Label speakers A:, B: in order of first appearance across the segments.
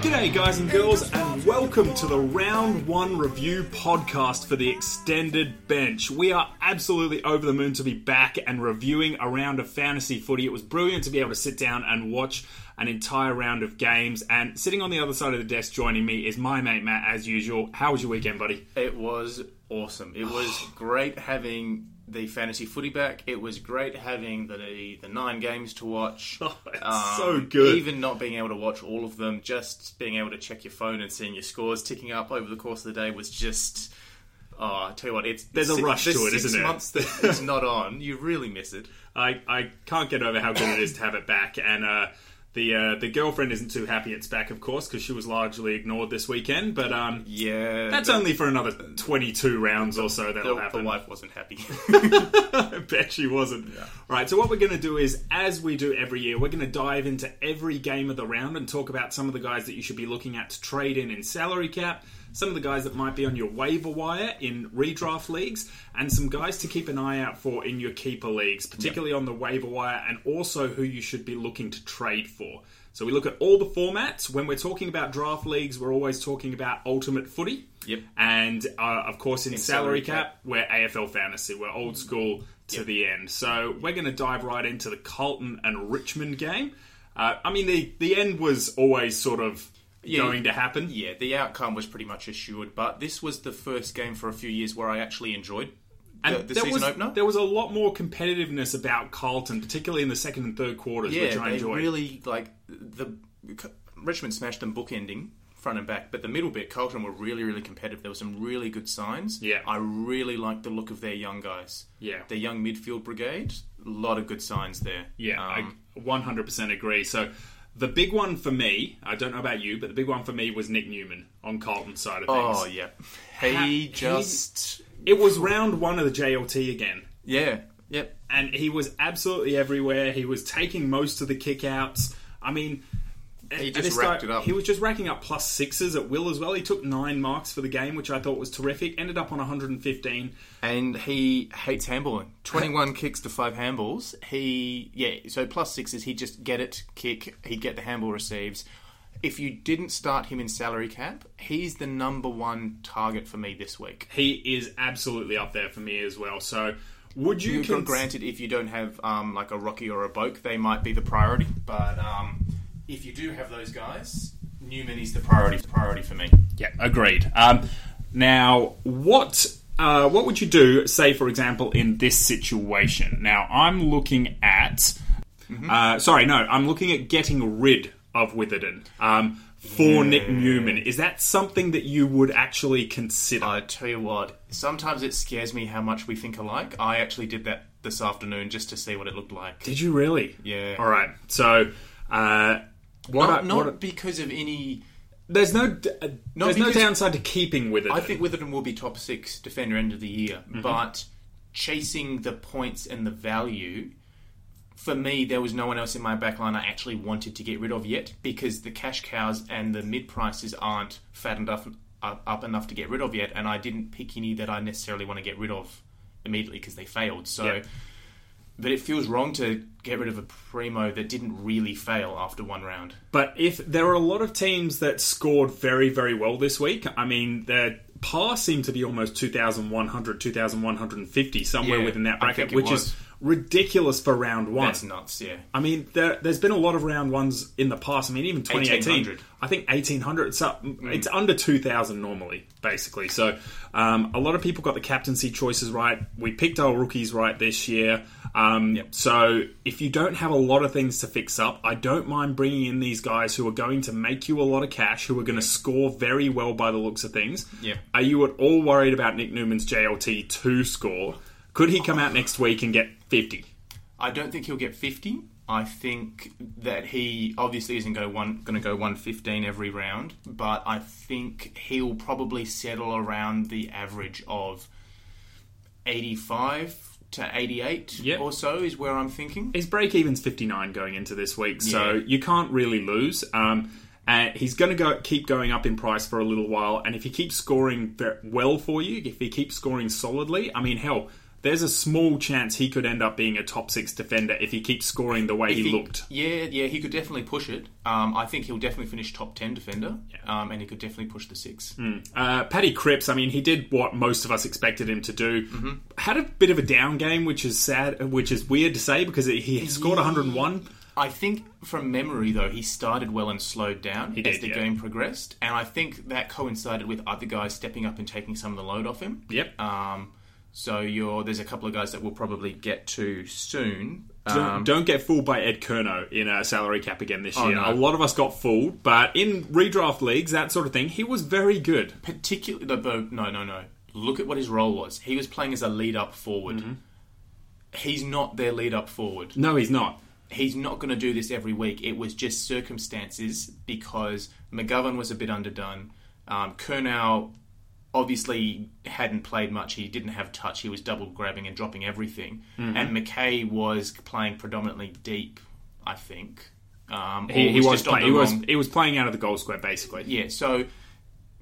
A: G'day, guys and girls, and welcome to the Round One Review podcast for the extended bench. We are absolutely over the moon to be back and reviewing a round of fantasy footy. It was brilliant to be able to sit down and watch an entire round of games. And sitting on the other side of the desk joining me is my mate Matt, as usual. How was your weekend, buddy?
B: It was awesome. It was great having the fantasy footy back. It was great having the the nine games to watch. Um,
A: Oh, it's so good.
B: Even not being able to watch all of them, just being able to check your phone and seeing your scores ticking up over the course of the day was just. Oh, I tell you what, it's
A: There's a
B: six-
A: rush
B: this
A: to it,
B: six
A: isn't there?
B: months that it's not on, you really miss it.
A: I, I can't get over how good it is to have it back. And uh, the uh, the girlfriend isn't too happy it's back, of course, because she was largely ignored this weekend. But um,
B: Yeah,
A: that's
B: the,
A: only for another 22 rounds or so that'll
B: the, the
A: happen.
B: wife wasn't happy.
A: I bet she wasn't. Right, so what we're going to do is, as we do every year, we're going to dive into every game of the round and talk about some of the guys that you should be looking at to trade in in salary cap, some of the guys that might be on your waiver wire in redraft leagues, and some guys to keep an eye out for in your keeper leagues, particularly on the waiver wire, and also who you should be looking to trade for. So we look at all the formats. When we're talking about draft leagues, we're always talking about ultimate footy.
B: Yep.
A: And uh, of course, in, salary,
B: salary
A: cap,
B: cap,
A: we're AFL fantasy. We're old
B: Mm.
A: school to the end. So we're going to dive right into the Colton and Richmond game. Uh, I mean, the the end was always sort of
B: Yeah.
A: going to happen.
B: yeah, the outcome was pretty much assured, but this was the first game for a few years where I actually enjoyed the, the
A: there
B: season
A: was,
B: opener.
A: There was a lot more competitiveness about Carlton, particularly in the second and third quarters,
B: yeah,
A: which I
B: they
A: enjoyed.
B: really like the Richmond smashed them bookending front and back, but the middle bit Carlton were really really competitive. There were some really good signs.
A: Yeah.
B: I really liked the look of their young guys.
A: Yeah.
B: their young midfield brigade. A lot of good signs there.
A: Yeah,
B: Um,
A: I 100% agree. So the big one for me, I don't know about you, but the big one for me was Nick Newman on Carlton's side of things.
B: oh yeah, he just
A: It was round one of the JLT again.
B: yeah yep.
A: and he was absolutely everywhere. He was taking most of the kickouts. I mean, he
B: just racked it up.
A: He was just racking up plus sixes at will as well. He took nine marks for the game, which I thought was terrific. Ended up on 115.
B: And he hates handballing. Twenty-one kicks to five handballs. He yeah. So plus six is he just get it kick. He'd get the handball receives. If you didn't start him in salary cap, he's the number one target for me this week.
A: He is absolutely up there for me as well. So, would you,
B: You
A: cons-
B: granted, if you don't have um, like a Rocky or a Boke, they might be the priority. But um, if you do have those guys, Newman is the priority priority for me.
A: Yeah, agreed. Um, now, what uh, what would you do? Say, for example, in this situation. Now, I'm looking at. Uh, sorry, no, I'm looking at getting rid of Witherden um, for Nick Newman. Is that something that you would actually consider?
B: I tell you what, sometimes it scares me how much we think alike. I actually did that this afternoon just to see what it looked like.
A: Did you really?
B: Yeah.
A: All right. So, uh, what?
B: not
A: I-
B: not
A: what I-
B: because of any.
A: there's no. d- Uh, there's no
B: because-
A: downside to keeping Witherden.
B: I think Witherden will be top six defender end of the year, but chasing the points and the value. For me, there was no one else in my backline I actually wanted to get rid of yet because the cash cows and the mid prices aren't fattened up, up, up enough to get rid of yet, and I didn't pick any that I necessarily want to get rid of immediately because they failed. So,
A: Yep.
B: but it feels wrong to get rid of a primo that didn't really fail after one round.
A: But if there are a lot of teams that scored very, very well this week, I mean, their par seemed to be almost 2,100, 2,150, somewhere
B: Yeah,
A: within that
B: I
A: bracket,
B: think it
A: which
B: was.
A: is ridiculous for round one.
B: That's nuts, yeah.
A: I mean, there, there's been a lot of round ones in the past. I mean, even 2018,
B: 1800.
A: I think 1800. It's up. It's under 2000 normally, basically. So um, a lot of people got the captaincy choices right. We picked our rookies right this year. Um,
B: Yep.
A: So if you don't have a lot of things to fix up, I don't mind bringing in these guys who are going to make you a lot of cash, who are going to score very well by the looks of things.
B: Yeah.
A: Are you at all worried about Nick Newman's JLT two score? Could he come out next week and get 50?
B: I don't think he'll get 50. I think that he obviously isn't going to, one, going to go 115 every round, but I think he'll probably settle around the average of 85 to 88
A: Yep.
B: or so is where I'm thinking.
A: his break even's 59 going into this week, so
B: Yeah.
A: you can't really lose. Um, and he's going to go keep going up in price for a little while, and if he keeps scoring ve- well for you, if he keeps scoring solidly, I mean, hell, there's a small chance he could end up being a top six defender if he keeps scoring the way
B: If
A: he, looked.
B: Yeah, yeah, he could definitely push it. Um, I think he'll definitely finish top ten defender, um, and he could definitely push the six.
A: Uh, Paddy Cripps, I mean, he did what most of us expected him to do. Had a bit of a down game, which is sad, which is weird to say because he scored 101.
B: I think from memory though, he started well and slowed down as
A: did,
B: the
A: yeah.
B: game progressed, and I think that coincided with other guys stepping up and taking some of the load off him.
A: Yep.
B: Um, so you're there's a couple of guys that we'll probably get to soon.
A: Don't,
B: Um, Oh,
A: don't get fooled by Ed Kerno in a salary cap again this year.
B: no.
A: A lot of us got fooled, but in redraft leagues, that sort of thing, he was very good.
B: particularly no, but- no no no look at what his role was he was playing as a lead up forward
A: Mm-hmm.
B: he's not their lead up forward
A: No, he's not.
B: he's not going to do this every week it was just circumstances because mcgovern was a bit underdone um, kernow obviously hadn't played much he didn't have touch he was double grabbing and dropping everything
A: Mm-hmm.
B: and mckay was playing predominantly deep i think um,
A: He,
B: or
A: he was
B: just on
A: play,
B: the
A: he was
B: wrong-
A: he was playing out of the goal square basically.
B: yeah so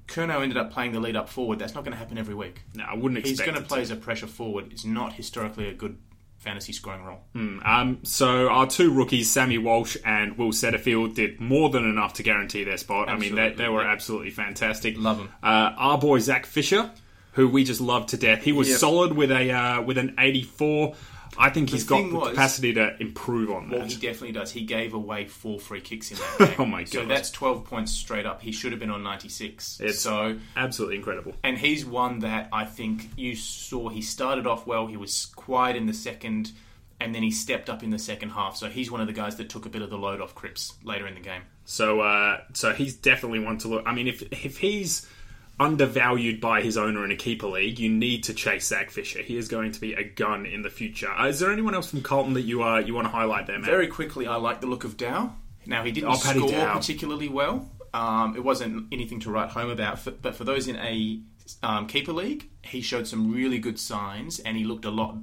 B: kernow ended up playing the lead up forward that's not going to happen every week
A: No, I wouldn't
B: He's
A: expect.
B: going to
A: it
B: play as a pressure forward. It's not historically a good fantasy scoring role.
A: Um, so our two rookies, Sammy Walsh and Will Setterfield, did more than enough to guarantee their spot. I mean, they,
B: Absolutely,
A: they were
B: yeah.
A: absolutely fantastic.
B: Love 'em.
A: Uh, our boy Zach Fisher, who we just love to death, he was
B: Yep.
A: solid with a uh, with an eighty four. I think he's got
B: thing
A: the
B: was-
A: capacity to improve on that.
B: Well, he definitely does. He gave away four free kicks in that game.
A: Oh my
B: So
A: God.
B: that's twelve points straight up. He should have been on ninety six.
A: It's-
B: So
A: absolutely incredible.
B: and he's one that I think you saw. He started off well. He was quiet in the second, and then he stepped up in the second half. So he's one of the guys that took a bit of the load off Cripps later in the game.
A: So uh, so he's definitely one to look. I mean, if if he's undervalued by his owner in a keeper league, you need to chase Zach Fisher. He is going to be a gun in the future. Uh, is there anyone else from Carlton that you uh, you want to highlight there, man?
B: Very quickly, I like the look of Dow. Now he didn't
A: Oh, Paddy
B: score
A: Dow.
B: particularly well. Um, it wasn't anything to write home about. f- But for those in a um, keeper league, he showed some really good signs, and he looked a lot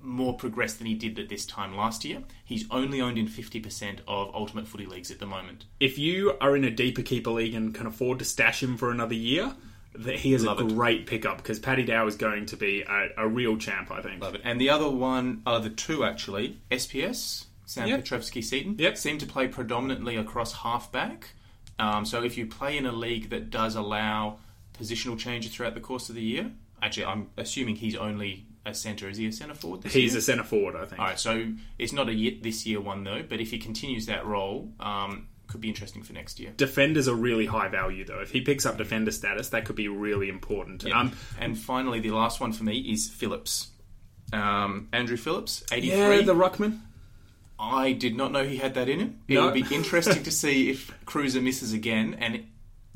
B: more progressed than he did at this time last year. He's only owned in fifty percent of ultimate footy leagues at the moment.
A: if you are in a deeper keeper league and can afford to stash him for another year, that he is
B: Love
A: a
B: it.
A: great pickup because Paddy Dow is going to be a, a real champ, I think.
B: Love it. And the other one are the two actually. SPS, Sam
A: Yep.
B: Petrovsky Seaton,
A: Yep.
B: seem to play predominantly across halfback. Um, so if you play in a league that does allow positional changes throughout the course of the year, actually, I'm assuming he's only a centre. Is he a centre forward? This
A: He's
B: year?
A: a centre forward, I think.
B: All right, so it's not a ye this year one though, but if he continues that role, um, could be interesting for next year.
A: Defenders are really high value, though. If he picks up defender status, that could be really important. Um,
B: and finally, the last one for me is Phillips, um, Andrew Phillips, eighty-three.
A: yeah, the Ruckman.
B: I did not know he had that in him. It
A: No.
B: would be interesting to see if Cruiser misses again, and it,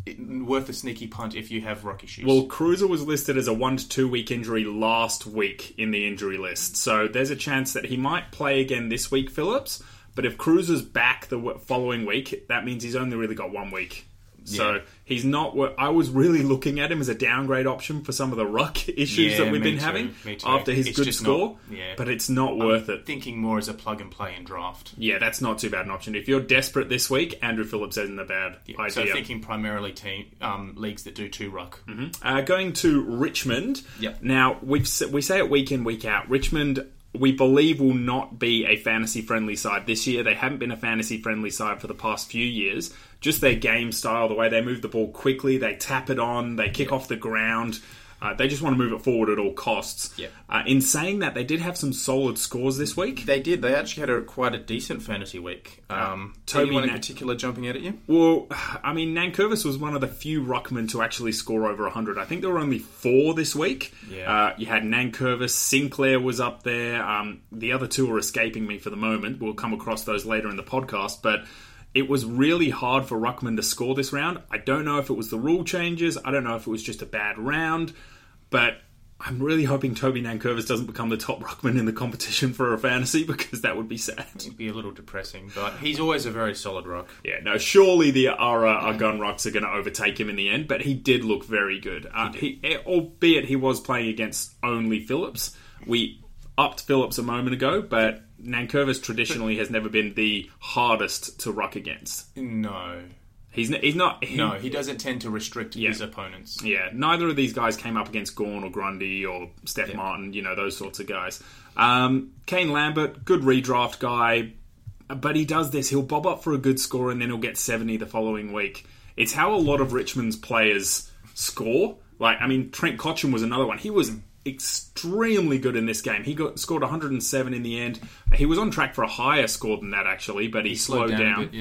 B: it- worth a sneaky punt if you have rock issues.
A: Well, Cruiser was listed as a one to two week injury last week in the injury list, so there's a chance that he might play again this week, Phillips. But if Cruiser's back the w- following week, that means he's only really got one week. So
B: Yeah.
A: he's not. wor- I was really looking at him as a downgrade option for some of the ruck issues
B: Yeah,
A: that we've
B: me
A: been
B: too,
A: having
B: me too.
A: after his
B: It's
A: good
B: just
A: score.
B: not- yeah. Um,
A: But it's not worth it.
B: thinking more as a plug and play and draft.
A: Yeah, that's not too bad an option. If you're desperate this week, Andrew Phillips isn't a bad idea.
B: So thinking primarily team um, leagues that do two ruck.
A: Uh, going to Richmond.
B: Yep.
A: Now we've s- we say it week in week out. Richmond, we believe, will not be a fantasy friendly side this year. They haven't been a fantasy friendly side for the past few years. Just their game style, the way they move the ball quickly, they tap it on, they kick off the ground. Uh, they just want to move it forward at all costs.
B: Yep.
A: Uh, in saying that, they did have some solid scores this week.
B: They did. They actually had a, quite a decent fantasy week. Um,
A: Toby
B: anyone in
A: Nat-
B: particular jumping out at you?
A: Well, I mean, Nankervis was one of the few ruckmen to actually score over 100. I think there were only four this week.
B: Yeah.
A: Uh, you had Nankervis, Sinclair was up there. Um, the other two are escaping me for the moment. We'll come across those later in the podcast. But it was really hard for ruckmen to score this round. I don't know if it was the rule changes. I don't know if it was just a bad round. But I'm really hoping Toby Nankervis doesn't become the top ruckman in the competition for a fantasy because that would be sad.
B: It'd be a little depressing, but he's always a very solid rock.
A: Yeah, no, surely the Ara our gun rocks are going to overtake him in the end, but he did look very good. Uh, he albeit he was playing against only Phillips. We upped Phillips a moment ago, but Nankervis traditionally has never been the hardest to ruck against.
B: No.
A: He's n- he's not. he-
B: No, he doesn't tend to restrict
A: Yeah.
B: his opponents.
A: Yeah, neither of these guys came up against Gorn or Grundy or Steph Martin, you know, those sorts of guys. Um, Kane Lambert, good redraft guy, but he does this. He'll bob up for a good score and then he'll get 70 the following week. It's how a lot of Richmond's players score. Like, I mean, Trent Cotchin was another one. He was extremely good in this game. He got scored 107 in the end. He was on track for a higher score than that, actually, but he, slowed, down.
B: a bit,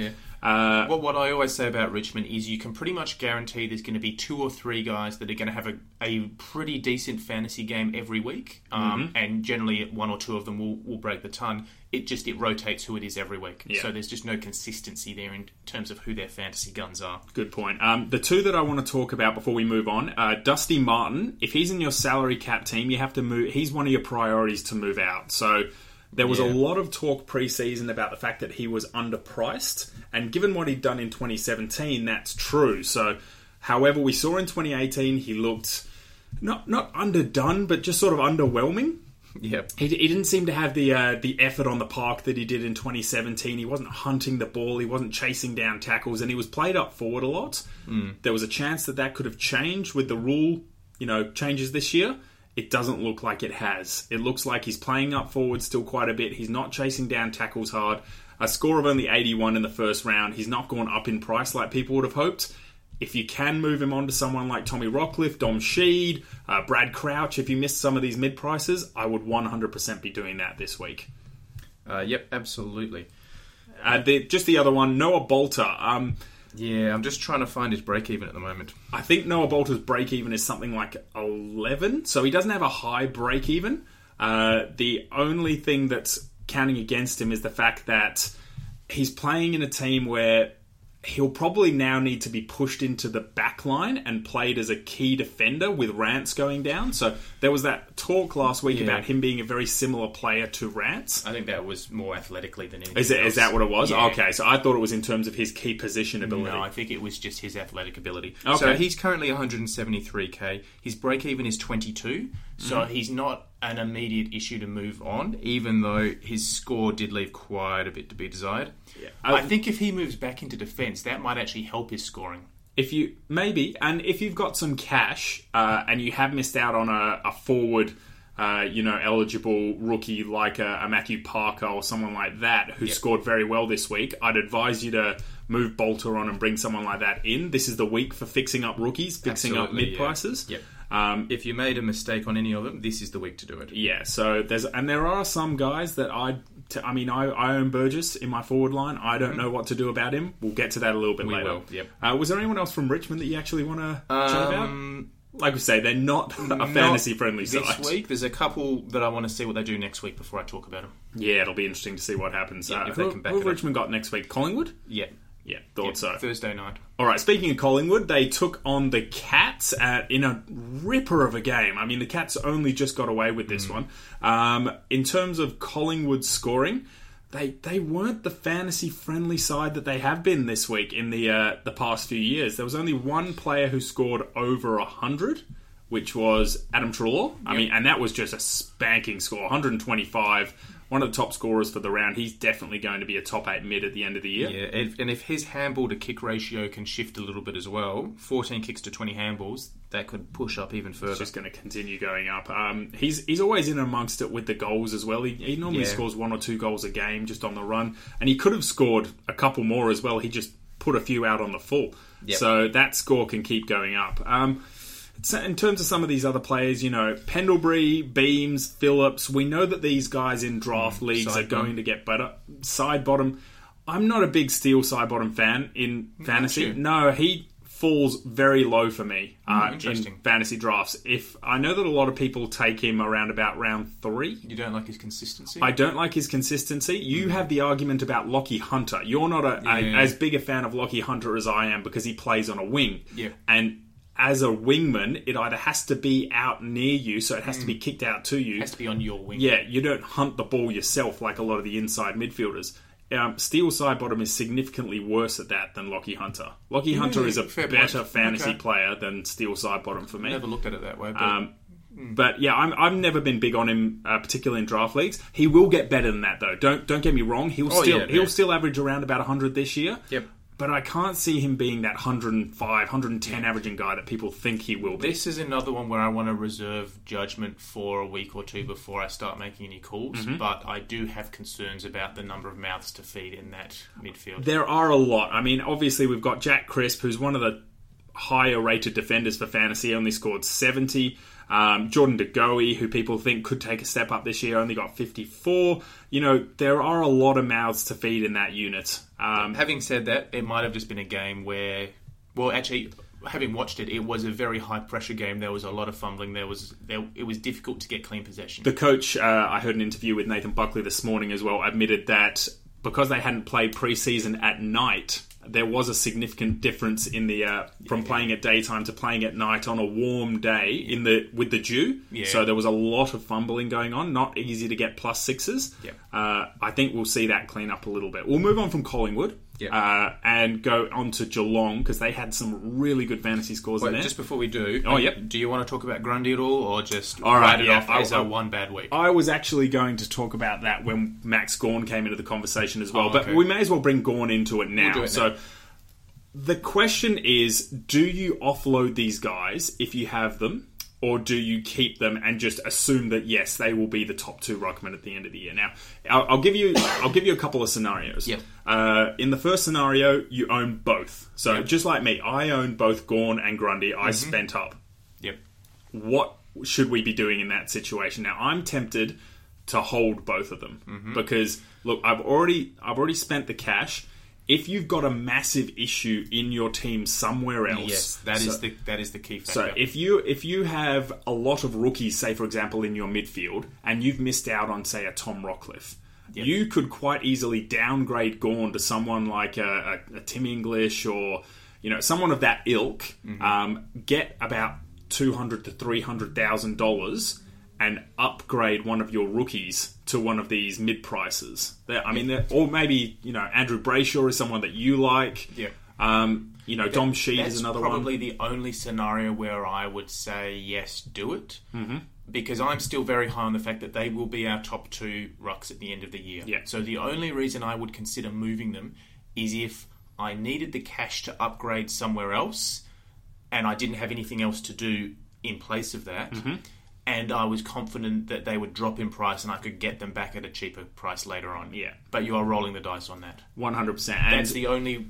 B: yeah. well, what I always say about Richmond is you can pretty much guarantee there's going to be two or three guys that are going to have a, a pretty decent fantasy game every week, um, and generally one or two of them will, will break the ton. It just it rotates who it is every week,
A: Yeah.
B: so there's just no consistency there in terms of who their fantasy guns are.
A: Good point. Um, the two that I want to talk about before we move on, uh, Dusty Martin. If he's in your salary cap team, you have to move. He's one of your priorities to move out. So there was a
B: Yeah.
A: lot of talk preseason about the fact that he was underpriced, and given what he'd done in 2017, that's true. So, however, we saw in 2018 he looked not not underdone, but just sort of underwhelming.
B: Yep.
A: He, he didn't seem to have the uh, the effort on the park that he did in 2017. He wasn't hunting the ball, he wasn't chasing down tackles, and he was played up forward a lot. There was a chance that that could have changed with the rule, you know, changes this year. It doesn't look like it has. It looks like he's playing up forward still quite a bit. He's not chasing down tackles hard. A score of only 81 in the first round. He's not gone up in price like people would have hoped if you can move him on to someone like Tommy Rockcliffe, Dom Sheed, uh, Brad Crouch, if you missed some of these mid prices, I would 100% be doing that this week.
B: Uh, yep. Absolutely.
A: Uh, the, just the other one, Noah Bolter. Um,
B: Yeah, I'm just trying to find his break even at the moment.
A: I think Noah Bolter's break even is something like 11, so he doesn't have a high break even. Uh, the only thing that's counting against him is the fact that he's playing in a team where he'll probably now need to be pushed into the back line and played as a key defender with Rance going down. So there was that talk last week
B: Yeah.
A: about him being a very similar player to Rance.
B: I think that was more athletically than anything.
A: Is, it, is
B: else.
A: that what it was?
B: Yeah.
A: Okay, so I thought it was in terms of his key position ability.
B: No, I think it was just his athletic ability.
A: Okay.
B: So he's currently 173k. His break even is 22, so he's not an immediate issue to move on, even though his score did leave quite a bit to be desired.
A: Yeah.
B: I think if he moves back into defence, that might actually help his scoring.
A: if you maybe and if you've got some cash uh, and you have missed out on a, a forward uh, you know eligible rookie like a, a matthew parker or someone like that who scored very well this week i'd advise you to move bolter on and bring someone like that in this is the week for fixing up rookies fixing up
B: Absolutely,
A: mid
B: yeah.
A: prices
B: Yep.
A: um,
B: If you made a mistake on any of them, this is the week to do it.
A: yeah, so there's and there are some guys that I, t- I mean, I, I own Burgess in my forward line. I don't know what to do about him. We'll get to that a little bit later.
B: Mm-hmm. will, yep.
A: Uh, was there anyone else from Richmond that you actually want to chat about?
B: Um,
A: Like we say, they're not a
B: Not
A: fantasy friendly
B: this
A: site.
B: week. There's a couple that I want to see what they do next week before I talk about them.
A: Yeah, it'll be interesting to see what happens. uh,
B: if they
A: who-
B: can back
A: who
B: it up.
A: Richmond got next week? Collingwood.
B: Yeah.
A: Yeah, thought so.
B: Thursday night.
A: All right, speaking of Collingwood, they took on the Cats at, in a ripper of a game. I mean, the Cats only just got away with this one. Um, in terms of Collingwood scoring, they they weren't the fantasy friendly side that they have been this week in the uh, the past few years. There was only one player who scored over hundred, which was Adam Trelaw. I mean, and that was just a spanking score, 125. One of the top scorers for the round. He's definitely going to be a top eight mid at the end of the year.
B: Yeah, if, and if his handball to kick ratio can shift a little bit as well, 14 kicks to 20 handballs, that could push up even further.
A: just going to continue going up. Um, he's he's always in amongst it with the goals as well. He, he normally
B: Yeah.
A: scores one or two goals a game just on the run, and he could have scored a couple more as well. He just put a few out on the full,
B: Yep.
A: so that score can keep going up. Um, so in terms of some of these other players, you know, Pendlebury, Beams, Phillips, we know that these guys in draft leagues
B: Mm, side
A: are
B: bottom.
A: going to get better. Side bottom, I'm not a big Steel side bottom fan in fantasy.
B: you?
A: No, he falls very low for me
B: Mm.
A: uh, in
B: interesting.
A: fantasy drafts. If I know that a lot of people take him around about round three.
B: you don't like his consistency?
A: I don't like his consistency. You have the argument about Lockie Hunter. You're not a, a-
B: Hmm. Yeah.
A: as big a fan of Lockie Hunter as I am because he plays on a wing.
B: Yeah.
A: And as a wingman, it either has to be out near you, so it has to be kicked out to you.
B: Hmm. has to be on your wing.
A: Yeah, you don't hunt the ball yourself like a lot of the inside midfielders. Um, Steel side bottom is significantly worse at that than Lockie Hunter. Lockie Hunter is a
B: fair point.
A: better fantasy
B: Okay.
A: player than Steel side bottom for me.
B: Never looked at it that way. But
A: Um, but yeah, I'm, I've never been big on him, uh, particularly in draft leagues. He will get better than that, though. Don't don't get me wrong. He'll
B: Oh,
A: still
B: yeah,
A: he'll
B: yeah.
A: still average around about 100 this year.
B: Yep.
A: but I can't see him being that 105, 110 averaging guy that people think he will be.
B: This is another one where I want to reserve judgment for a week or two before I start making any calls,
A: Mm-hmm.
B: but I do have concerns about the number of mouths to feed in that midfield.
A: There are a lot. I mean, obviously, we've got Jack Crisp, who's one of the higher rated defenders for fantasy, only scored 70. Um, Jordan De Goey, who people think could take a step up this year, only got 54. You know, there are a lot of mouths to feed in that unit. Um,
B: Having said that, it might have just been a game where, well, actually, having watched it, it was a very high pressure game. There was a lot of fumbling. There was there, it was difficult to get clean possession.
A: the coach, uh, I heard an interview with Nathan Buckley this morning as well, admitted that because they hadn't played preseason at night, there was a significant difference in the uh, from playing at daytime to playing at night on a warm day in the with the dew.
B: Yeah.
A: So there was a lot of fumbling going on. Not easy to get plus sixes.
B: Yep.
A: Uh, I think we'll see that clean up a little bit. We'll move on from Collingwood.
B: Yep.
A: Uh, and go on to Geelong because they had some really good fantasy scores in
B: Wait,
A: there.
B: just before we do,
A: Oh, yep.
B: do you want to talk about Grundy at all, or just
A: All right,
B: write it
A: yeah,
B: off as
A: I'll-
B: a one bad week?
A: I was actually going to talk about that when Max Gorn came into the conversation as well,
B: Oh,
A: but
B: okay.
A: we may as well bring Gorn into it now.
B: do it now.
A: So the question is do you offload these guys if you have them? Or do you keep them and just assume that yes, they will be the top two ruckmen at the end of the year? Now, I'll, I'll give you, I'll give you a couple of scenarios.
B: Yep.
A: Uh, in the first scenario, you own both. So just like me, I own both Gorn and Grundy.
B: Mm-hmm.
A: I spent up
B: yep.
A: what should we be doing in that situation? Now, I'm tempted to hold both of them
B: Mm-hmm.
A: because look, I've already I've already spent the cash. If you've got a massive issue in your team somewhere else,
B: Yes, that is
A: so-
B: the that is the key factor.
A: so if you if you have a lot of rookies, say for example in your midfield, and you've missed out on say a Tom Rockcliffe, you could quite easily downgrade Gorn to someone like a, a, a Tim English or you know someone of that ilk.
B: Mm-hmm.
A: Um, get about two hundred to three hundred thousand dollars and upgrade one of your rookies to one of these mid prices. I mean, they're- or maybe you know Andrew Brayshaw is someone that you like.
B: Yeah.
A: Um, you know, Dom Sheed
B: That's
A: is another one.
B: probably the only scenario where I would say yes, do it. Mm-hmm. Because I'm still very high on the fact that they will be our top two rucks at the end of the year.
A: Yeah.
B: So the only reason I would consider moving them is if I needed the cash to upgrade somewhere else and I didn't have anything else to do in place of that.
A: Mm-hmm.
B: And I was confident that they would drop in price and I could get them back at a cheaper price later on.
A: Yeah.
B: But you are rolling the dice on that.
A: One hundred percent.
B: That's the only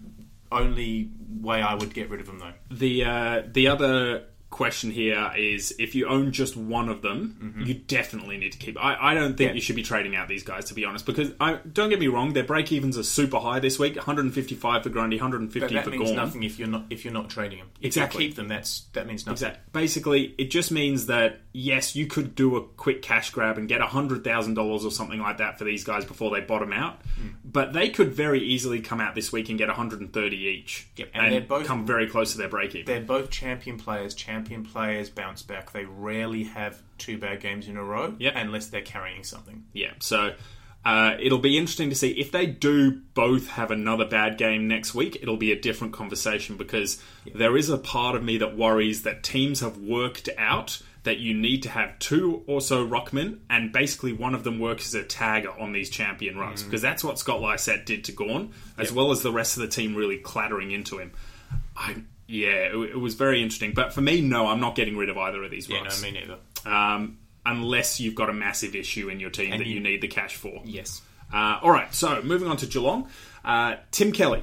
B: only way I would get rid of them though.
A: The uh, the other question here is if you own just one of them,
B: Mm-hmm.
A: you definitely need to keep. I, I don't think you should be trading out these guys to be honest, because I don't get me wrong, their break evens are super high this week: 155 for Grundy, 150
B: But that
A: for
B: means
A: Gorn.
B: nothing if you're not if you're not trading them. If
A: Exactly.
B: you keep them, that's that means nothing.
A: Exact- Basically, it just means that yes, you could do a quick cash grab and get hundred thousand dollars or something like that for these guys before they bottom out.
B: Hmm.
A: But they could very easily come out this week and get 130 each,
B: Yep, and
A: and,
B: they're both-
A: come very close to their break even.
B: They're both champion players. Champion players bounce back. They rarely have two bad games in a row,
A: Yep.
B: unless they're carrying something.
A: Yeah, so uh, it'll be interesting to see if they do both have another bad game next week. It'll be a different conversation because there is a part of me that worries that teams have worked out that you need to have two or so ruckmen, and basically one of them works as a tagger on these champion rucks
B: Mm.
A: because that's what Scott Lysette did to Gorn, as well as the rest of the team really clattering into him. I. Yeah, it, it was very interesting. But for me, no, I'm not getting rid of either of these
B: Yeah,
A: rucks
B: no, me neither.
A: um, unless you've got a massive issue in your team that you,
B: you-
A: need the cash for.
B: Yes.
A: Uh, all right, so moving on to Geelong, uh, Tim Kelly.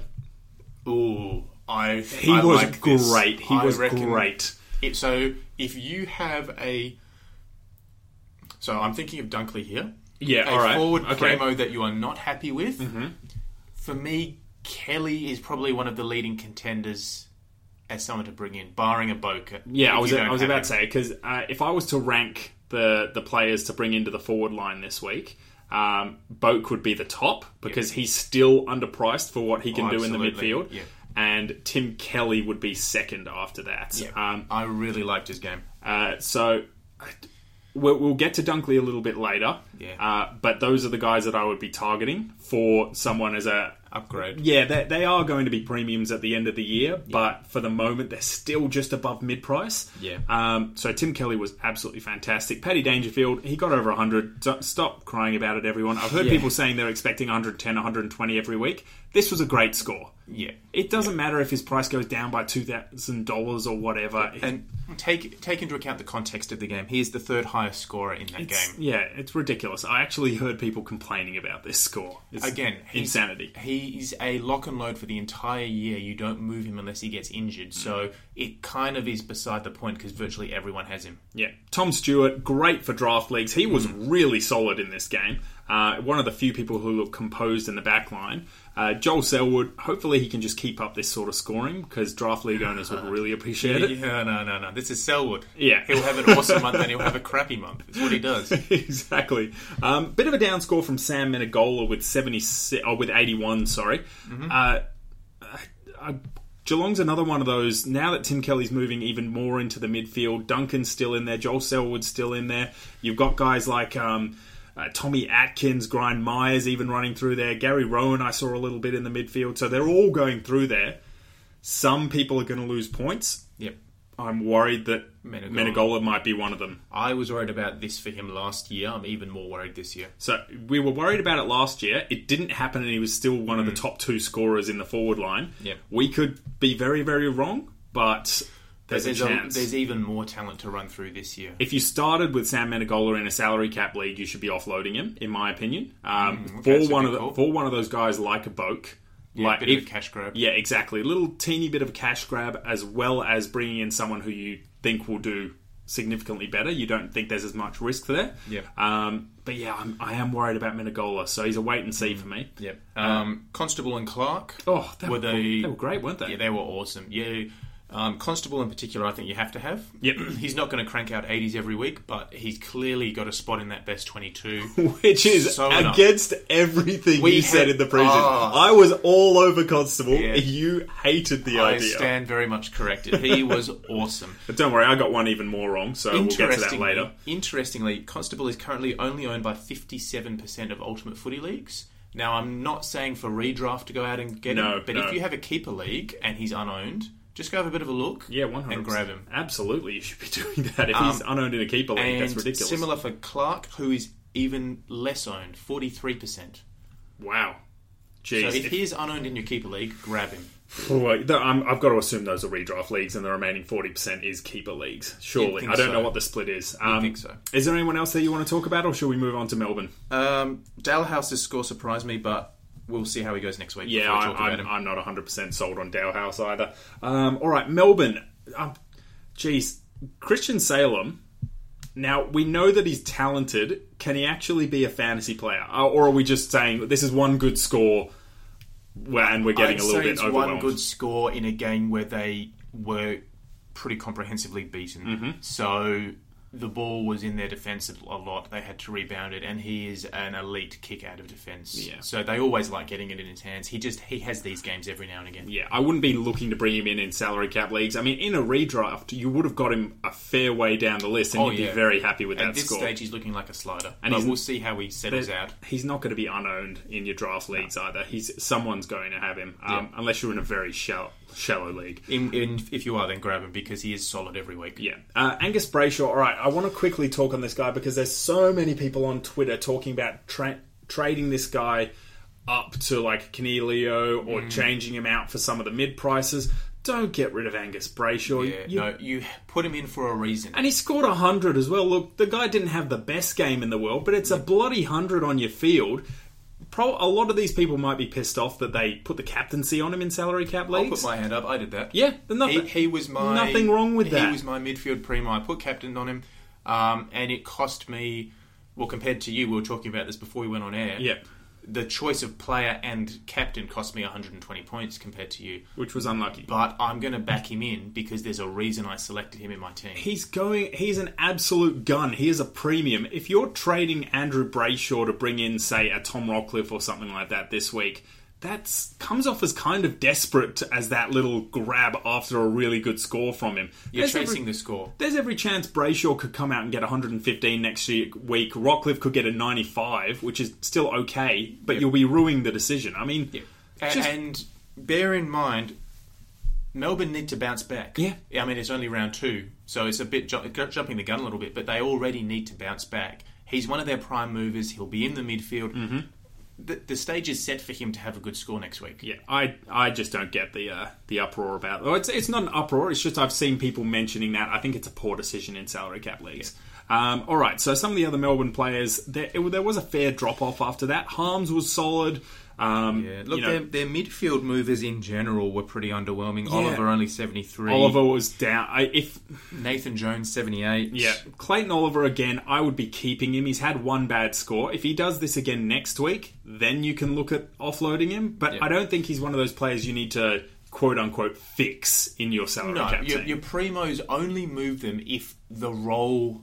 B: Ooh, I
A: He
B: I
A: was
B: like this.
A: great. He
B: I
A: was
B: reckon
A: great.
B: It, so if you have a, so I'm thinking of Dunkley here.
A: Yeah,
B: a
A: all right.
B: forward
A: Okay. Mm-hmm.
B: primo that you are not happy with. For me, Kelly is probably one of the leading contenders as someone to bring in, barring a Boca.
A: Yeah, I was I was about to say because uh, if I was to rank the the players to bring into the forward line this week, um, Boak would be the top because he's still underpriced for what he can
B: Oh,
A: do in the
B: absolutely.
A: midfield,
B: Yeah.
A: and Tim Kelly would be second after that. Um,
B: I really liked his game.
A: Uh, so we'll, we'll get to Dunkley a little bit later.
B: Yeah.
A: Uh, but those are the guys that I would be targeting. for someone as a
B: Upgrade.
A: yeah, they, they are going to be premiums at the end of the year, but for the moment, they're still just above mid price.
B: Yeah.
A: Um, so Tim Kelly was absolutely fantastic. Paddy Dangerfield, he got over 100. D- stop crying about it, everyone. I've heard
B: Yeah.
A: people saying they're expecting 110, 120 every week. This was a great score.
B: Yeah.
A: It doesn't matter if his price goes down by $2,000 or whatever.
B: And take take into account the context of the game. He is the third highest scorer in that
A: It's-
B: game.
A: Yeah, it's ridiculous. I actually heard people complaining about this score. It's
B: Again, he's-
A: insanity.
B: He's a lock and load for the entire year. You don't move him unless he gets injured. So
A: Mm.
B: it kind of is beside the point because virtually everyone has him.
A: Yeah, Tom Stewart, great for draft leagues. He was
B: Hmm.
A: really solid in this game. Uh, one of the few people who look composed in the back line. Uh, Joel Selwood, hopefully he can just keep up this sort of scoring because draft league owners would really appreciate it.
B: Yeah, no, no, no. This is Selwood.
A: Yeah.
B: He'll have an awesome month and he'll have a crappy month. That's what he does.
A: exactly. Um, bit of a down score from Sam Menegola with seventy six, oh, with eighty one. Sorry. Uh, uh, uh, Geelong's another one of those. Now that Tim Kelly's moving even more into the midfield, Duncan's still in there. Joel Selwood's still in there. You've got guys like. Um, uh, Tommy Atkins, Grind Myers, even running through there. Gary Rowan, I saw a little bit in the midfield. So they're all going through there. Some people are going to lose points.
B: Yep.
A: I'm worried that
B: Menegola.
A: Menegola might be one of them.
B: I was worried about this for him last year. I'm even more worried this year.
A: So we were worried about it last year. It didn't happen, and he was still one of the top two scorers in the forward line.
B: Mm. Yep.
A: We could be very, very wrong, but there's,
B: There's,
A: a
B: a-
A: chance.
B: there's even more talent to run through this year.
A: if you started with Sam Menegola in a salary cap league, you should be offloading him, in my opinion. Um,
B: Mm, okay,
A: for
B: so
A: one
B: be
A: of the,
B: cool.
A: for one of those guys like a Boke,
B: Yeah,
A: like
B: bit
A: if,
B: of a cash grab.
A: yeah, exactly. A little teeny bit of a cash grab, as well as bringing in someone who you think will do significantly better. You don't think there's as much risk there.
B: Yep.
A: Um, but yeah, I'm, I am worried about Menegola, so he's a wait and see for me.
B: Yep. Um, Constable and Clark.
A: Uh, Oh, they
B: Mm. Were
A: were,
B: they-
A: they were great, weren't they?
B: Yeah, they were awesome. Yeah, um, Constable in particular, I think you have to have.
A: Yep.
B: he's not going to crank out 80s every week, but he's clearly got a spot in that best 22.
A: Which is
B: So enough.
A: against everything
B: We
A: you said
B: had-
A: in the preseason.
B: Oh.
A: I was all over Constable.
B: Yeah.
A: You hated the
B: I
A: idea.
B: stand very much corrected. He was awesome.
A: But don't worry, I got one even more wrong, so we'll get to that
B: Interestingly,
A: later.
B: interestingly, Constable is currently only owned by 57% of Ultimate Footy Leagues. Now, I'm not saying for redraft to go out and get
A: No,
B: him, but
A: no.
B: if you have a keeper league and he's unowned, just go have a bit of a look
A: Yeah, 100
B: and grab him. Um,
A: Absolutely, you should be doing that. If he's unowned in a keeper league,
B: And
A: that's ridiculous.
B: similar for Clark, who is even less owned, 43%.
A: wow. Jeez.
B: So if
A: if-
B: he is unowned in your keeper league, grab him.
A: Well, th- I'm, I've got to assume those are redraft leagues, and the remaining forty percent is keeper leagues. Surely,
B: think
A: I don't
B: so.
A: know what the split is. Um,
B: think so.
A: Is there anyone else that you want to talk about, or shall we move on to Melbourne?
B: Um, Dalhouse's score surprised me, but we'll see how he goes next week.
A: Yeah,
B: before we talk
A: I,
B: about
A: I'm,
B: him.
A: I'm not 100% sold on Dalhouse either. Um, all right, Melbourne. Um, Jeez, Christian Salem. Now, we know that he's talented. Can he actually be a fantasy player? Uh, Or are we just saying this is one good score well, and we're getting
B: I'd
A: a little
B: say
A: bit
B: it's
A: overwhelmed?
B: one good score in a game where they were pretty comprehensively beaten.
A: Mm-hmm.
B: So the ball was in their defence a lot. They had to rebound it, and he is an elite kick out of defence.
A: Yeah.
B: So they always like getting it in his hands. He just he has these games every now and again.
A: Yeah, I wouldn't be looking to bring him in in salary cap leagues. I mean, in a redraft, you would have got him a fair way down the list, and
B: Oh,
A: you'd
B: yeah.
A: be very happy with
B: At
A: that
B: this
A: score.
B: stage, he's looking like a slider,
A: And
B: but
A: he's-
B: we'll see how he settles out.
A: He's not going to be unowned in your draft leagues either. He's someone's going to have him, um, unless you're in a very shallow, shallow league.
B: In, in, if you are, then grab him because he is solid every week.
A: Yeah, uh, Angus Brayshaw. All right, I want to quickly talk on this guy because there's so many people on Twitter talking about tra- trading this guy up to like Canelio or
B: Mm.
A: changing him out for some of the mid prices. Don't get rid of Angus Brayshaw.
B: Yeah,
A: You-
B: no, you put him in for a reason.
A: And he scored 100 as well. Look, the guy didn't have the best game in the world, but it's a bloody 100 on your field. Pro- a lot of these people might be pissed off that they put the captaincy on him in salary cap
B: I'll
A: leagues.
B: put my hand up. I did that.
A: yeah, then
B: He,
A: nothing.
B: he was my
A: Nothing wrong with that.
B: He was my midfield primo. I put captain on him, um, and it cost me. Well, compared to you, we were talking about this before we went on air.
A: Yeah.
B: the choice of player and captain cost me 120 points compared to you.
A: which was unlucky.
B: But I'm going to back him in because there's a reason I selected him in my team.
A: He's going. He's an absolute gun. He is a premium. If you're trading Andrew Brayshaw to bring in, say, a Tom Rockcliffe or something like that this week, that's comes off as kind of desperate as that little grab after a really good score from him.
B: You're
A: There's every-
B: chasing the score.
A: there's every chance Brayshaw could come out and get 115 next ye- week. Rockcliffe could get a 95, which is still okay, but you'll be ruining the decision. I mean,
B: A-
A: just-
B: and bear in mind, Melbourne need to bounce back.
A: Yeah.
B: I mean, it's only round two, so it's a bit ju- ju- jumping the gun a little bit, but they already need to bounce back. He's one of their prime movers. He'll be in the midfield.
A: Mm-hmm.
B: The, the stage is set for him to have a good score next week.
A: yeah, I I just don't get the uh, the uproar about. Oh, it's it's not an uproar. It's just I've seen people mentioning that. I think it's a poor decision in salary cap leagues. Um, all right, so some of the other Melbourne players, there, it, there was a fair drop off after that. Harms was solid. Um,
B: Yeah, look,
A: you know,
B: their, their midfield movers in general were pretty underwhelming. Oliver only 73.
A: Oliver was down. I, if
B: Nathan Jones, 78.
A: Yeah, Clayton Oliver again. I would be keeping him. He's had one bad score. If he does this again next week, then you can look at offloading him. But I don't think he's one of those players you need to quote unquote fix in your salary
B: No,
A: cap
B: your,
A: team.
B: your primos only move them if the role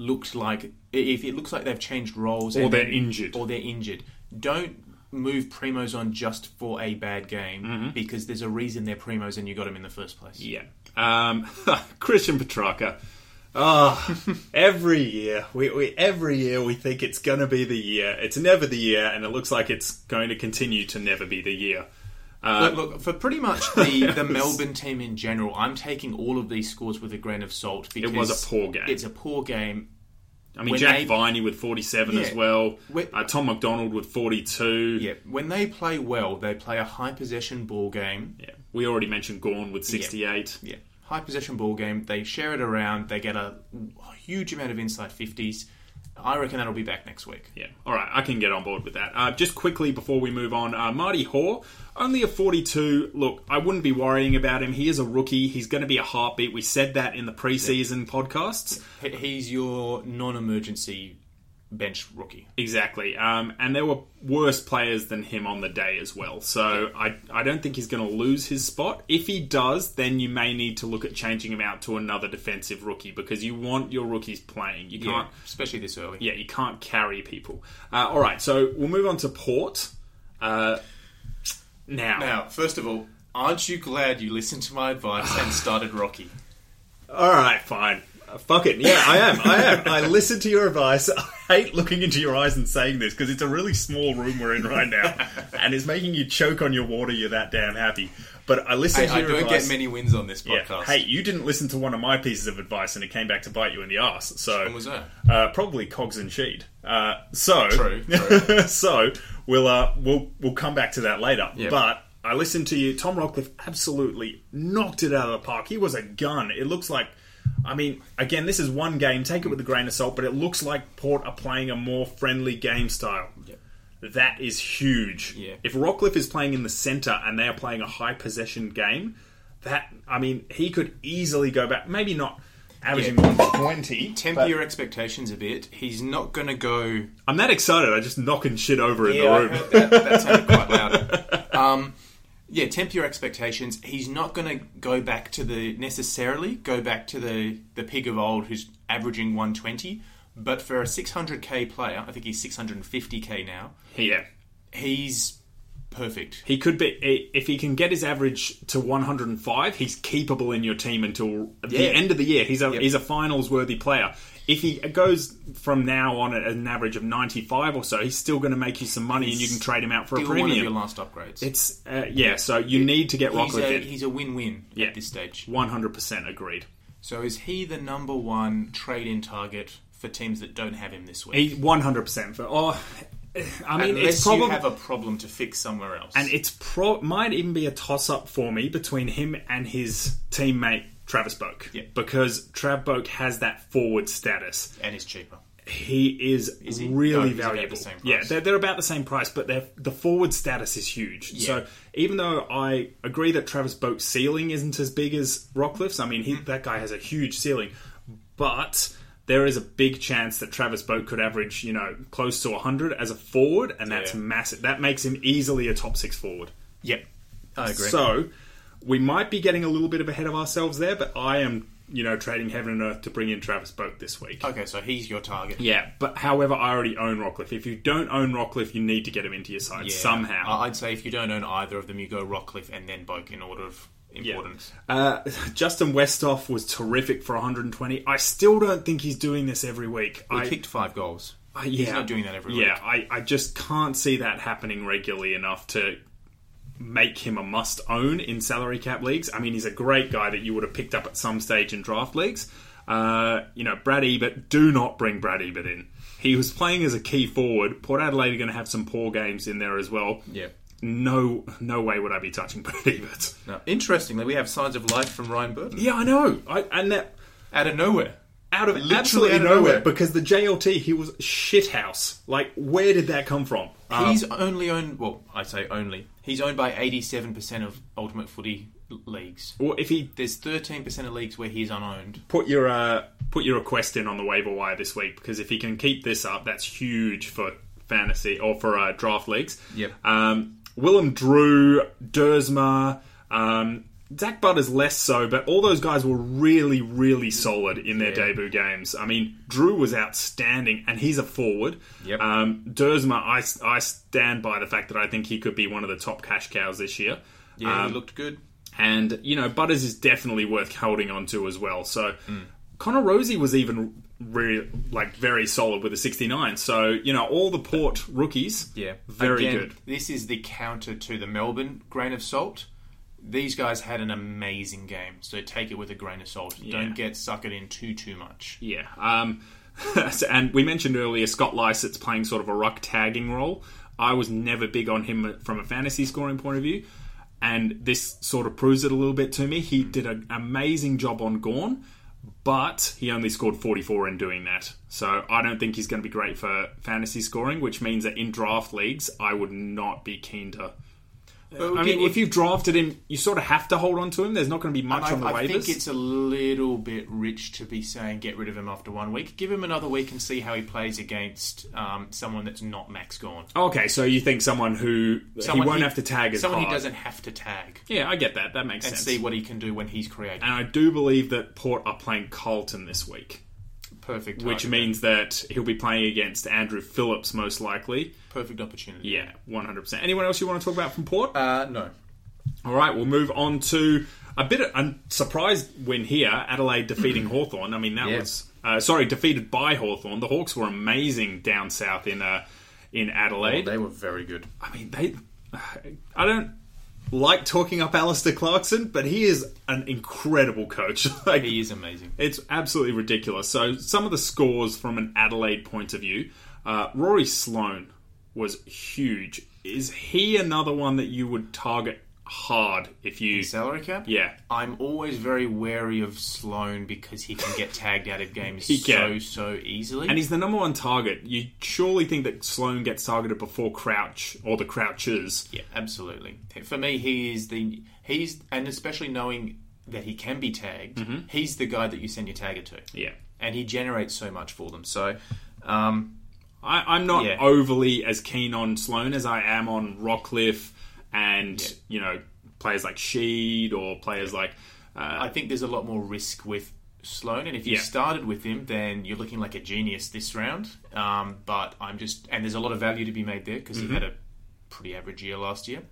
B: looks like if it looks like they've changed roles
A: Or
B: and
A: they're
B: then-
A: injured.
B: or they're injured. Don't move primos on just for a bad game because there's a reason they're primos and you got them in the first place.
A: Mm-hmm. yeah, um, Christian Petrarca. Ah, every year we, we every year we think it's gonna be the year. It's never the year, and it looks like it's going to continue to never be the year.
B: Look, look, for pretty much the, the Melbourne team in general, I'm taking all of these scores with a grain of salt because
A: was a poor game.
B: It's a poor game.
A: I mean,
B: When
A: Jack
B: they-
A: Viney with 47 as
B: Yeah.
A: well.
B: When-
A: Uh, Tom McDonald with 42.
B: Yeah, when they play well, they play a high possession ball game.
A: Yeah. We already mentioned Gorn with 68.
B: Yeah. High possession ball game. They share it around. They get a huge amount of inside 50s. I reckon that'll be back next week.
A: Yeah. All right, I can get on board with that. Uh, just quickly before we move on, uh, Marty Hoare, only a 42. Look, I wouldn't be worrying about him. He is a rookie. He's going to be a heartbeat. We said that in the preseason podcasts.
B: H- He's your non emergency bench rookie.
A: Exactly. Um, and there were worse players than him on the day as well. So I, I don't think he's going to lose his spot. If he does, then you may need to look at changing him out to another defensive rookie because you want your rookies playing. You can't
B: Especially this early.
A: yeah, you can't carry people. Uh, all right, so we'll move on to Port. Uh, now.
B: Now, first of all, aren't you glad you listened to my advice and started Rocky?
A: all right, fine. Uh, fuck it. Yeah, I am. I am. I listened to your advice. I hate looking into your eyes and saying this because it's a really small room we're in right now, and it's making you choke on your water. You're that damn happy. But I listened
B: Hey,
A: to
B: I
A: your
B: don't
A: advice.
B: get many wins on this
A: Yeah.
B: podcast.
A: Hey, you didn't listen to one of my pieces of advice, and it came back to bite you in the ass. So
B: When was that?
A: Uh, probably Cogs and Sheed. Uh, so
B: True, true.
A: so we'll uh, we'll we'll come back to that later.
B: Yeah.
A: But I listened to you. Tom Rockcliffe absolutely knocked it out of the park. He was a gun. It looks like. I mean, again, this is one game. Take it with a grain of salt, but it looks like Port are playing a more friendly game style. That is huge.
B: Yeah.
A: If Rockcliffe is playing in the center and they are playing a high possession game, that I mean, he could easily go back. Maybe not averaging
B: Yeah.
A: more than twenty.
B: Temper
A: but-
B: your expectations a bit. He's not going to go
A: I'm that excited. I just knocking shit over in
B: Yeah, I
A: the room.
B: heard that. That sounded quite loud. Um, yeah, temper your expectations. He's not going to go back to the necessarily go back to the the pig of old who's averaging 120. But for a 600k player, I think he's 650k now.
A: yeah,
B: He's perfect.
A: he could be i- if he can get his average to 105. He's keepable in your team until
B: Yeah.
A: the end of the year. He's a he's a finals worthy player. If he goes from now on at an average of 95 or so, he's still going to make you some money, and you can trade him out for a
B: Still one of your
A: premium.
B: last upgrades.
A: It's uh, yeah. So you need to get
B: he's
A: Rockcliffe
B: a,
A: in.
B: he's a win-win
A: Yeah.
B: at this stage.
A: 100% agreed.
B: So is he the number one trade-in target for teams that don't have him this week?
A: He 100% for oh I mean
B: Unless
A: it's probably
B: you have a problem to fix somewhere else.
A: and it's pro might even be a toss up for me between him and his teammate Travis Boak
B: Yeah.
A: because Trav Boak has that forward status.
B: and it's cheaper.
A: He is,
B: he? No,
A: really
B: he's about the
A: valuable.
B: same price.
A: yeah, they're, they're about the same price, but they're, the forward status is huge. So even though I agree that Travis Boak's ceiling isn't as big as Rockcliffe's, I mean
B: Mm-hmm.
A: he, that guy has a huge ceiling, but there is a big chance that Travis Boak could average you know close to 100 as a forward, and that's
B: Yeah.
A: massive. That makes him easily a top six forward.
B: Yep, I agree.
A: So we might be getting a little bit of ahead of ourselves there, but I am you know, trading heaven and earth to bring in Travis Boak this week.
B: Okay, so he's your target.
A: Yeah, but however, I already own Rockcliffe. If you don't own Rockcliffe, you need to get him into your side
B: Yeah.
A: somehow.
B: I- I'd say if you don't own either of them, you go Rockcliffe and then Boke in order of importance.
A: Uh, Justin Westhoff was terrific for 120. I still don't think he's doing this every week.
B: He
A: I,
B: kicked five goals.
A: I- yeah,
B: He's not doing that every
A: yeah,
B: week.
A: I, I just can't see that happening regularly enough to make him a must own in salary cap leagues. I mean, he's a great guy that you would have picked up at some stage in draft leagues. Uh, you know, Brad Ebert, do not bring Brad Ebert in. He was playing as a key forward. Port Adelaide are going to have some poor games in there as well.
B: Yeah.
A: No, no way would I be touching Brad Ebert.
B: Now, interestingly, we have signs of life from Ryan Burton
A: Yeah, I know. I, and that
B: out of nowhere.
A: out of
B: Literally
A: absolutely
B: out of
A: nowhere,
B: nowhere.
A: because the JLT he was shithouse. Like, where did that come from?
B: he's only owned. Well, I say only. He's owned by eighty-seven percent of Ultimate Footy l- leagues.
A: Well, if he
B: There's thirteen percent of leagues where he's unowned.
A: put your uh, put your request in on the waiver wire this week because if he can keep this up, that's huge for fantasy or for uh, draft leagues.
B: Yep.
A: Um, Willem Drew, Dersma, um, Zach Butters less so, but all those guys were really, really solid in their debut games. I mean, Drew was outstanding, and he's a forward.
B: Yep.
A: Um, Dersma, I, I stand by the fact that I think he could be one of the top cash cows this year.
B: Yeah, he looked good.
A: And, you know, Butters is definitely worth holding on to as well. So, Connor Rosie was even re- like very solid with a 69. So, you know, all the Port rookies,
B: Yeah,
A: very
B: Again,
A: good.
B: This is the counter to the Melbourne grain of salt. These guys had an amazing game, so take it with a grain of salt. Don't get suckered in too too much.
A: Yeah. Um, so- and we mentioned earlier Scott Lysett's playing sort of a ruck tagging role. I was never big on him from a fantasy scoring point of view, and this sort of proves it a little bit to me. He did an amazing job on Gorn, but he only scored 44 in doing that. So I don't think he's going to be great for fantasy scoring, which means that in draft leagues, I would not be keen to. I mean, if you've drafted him, you sort of have to hold on to him. There's not going to be much
B: I,
A: on the
B: I
A: waivers.
B: think it's a little bit rich to be saying get rid of him after one week. Give him another week and see how he plays against um, someone that's not Max Gorn.
A: okay, so you think someone who
B: Someone
A: he won't have to tag as
B: someone
A: hard.
B: he doesn't have to tag
A: Yeah, I get that. That makes
B: and
A: sense.
B: see what he can do when he's created.
A: and I do believe that Port are playing Carlton this week,
B: Perfect, uh,
A: which
B: target,
A: means that he'll be playing against Andrew Phillips most likely.
B: perfect opportunity.
A: Yeah, 100%. Anyone else you want to talk about from Port?
B: Uh, no,
A: All right, we'll move on to a bit of a surprise win here Adelaide defeating Hawthorn. I mean, that
B: Yeah.
A: was. Uh, sorry, defeated by Hawthorn. The Hawks were amazing down south in uh, in Adelaide.
B: Oh, they were very good.
A: I mean, they. I don't like talking up Alistair Clarkson, but he is an incredible coach. like,
B: He is amazing.
A: It's absolutely ridiculous. So, some of the scores from an Adelaide point of view uh, Rory Sloan was huge. Is he another one that you would target hard if you.
B: Salary cap?
A: Yeah.
B: I'm always very wary of Sloan because he can get tagged out of games
A: He
B: so
A: can.
B: so easily.
A: And he's the number one target. You surely think that Sloan gets targeted before Crouch or the Crouchers.
B: yeah, absolutely. For me, he is the he's and especially knowing that he can be tagged, he's the guy that you send your tagger to,
A: Mm-hmm. Yeah.
B: and he generates so much for them. So, um,
A: I, I'm not
B: Yeah.
A: overly as keen on Sloan as I am on Rockcliffe and, you know, players like Sheed or players like. Uh,
B: I think there's a lot more risk with Sloan, and if you
A: Yeah.
B: started with him, then you're looking like a genius this round. Um, but I'm just, and there's a lot of value to be made there
A: Mm-hmm.
B: because he had a pretty average year last year.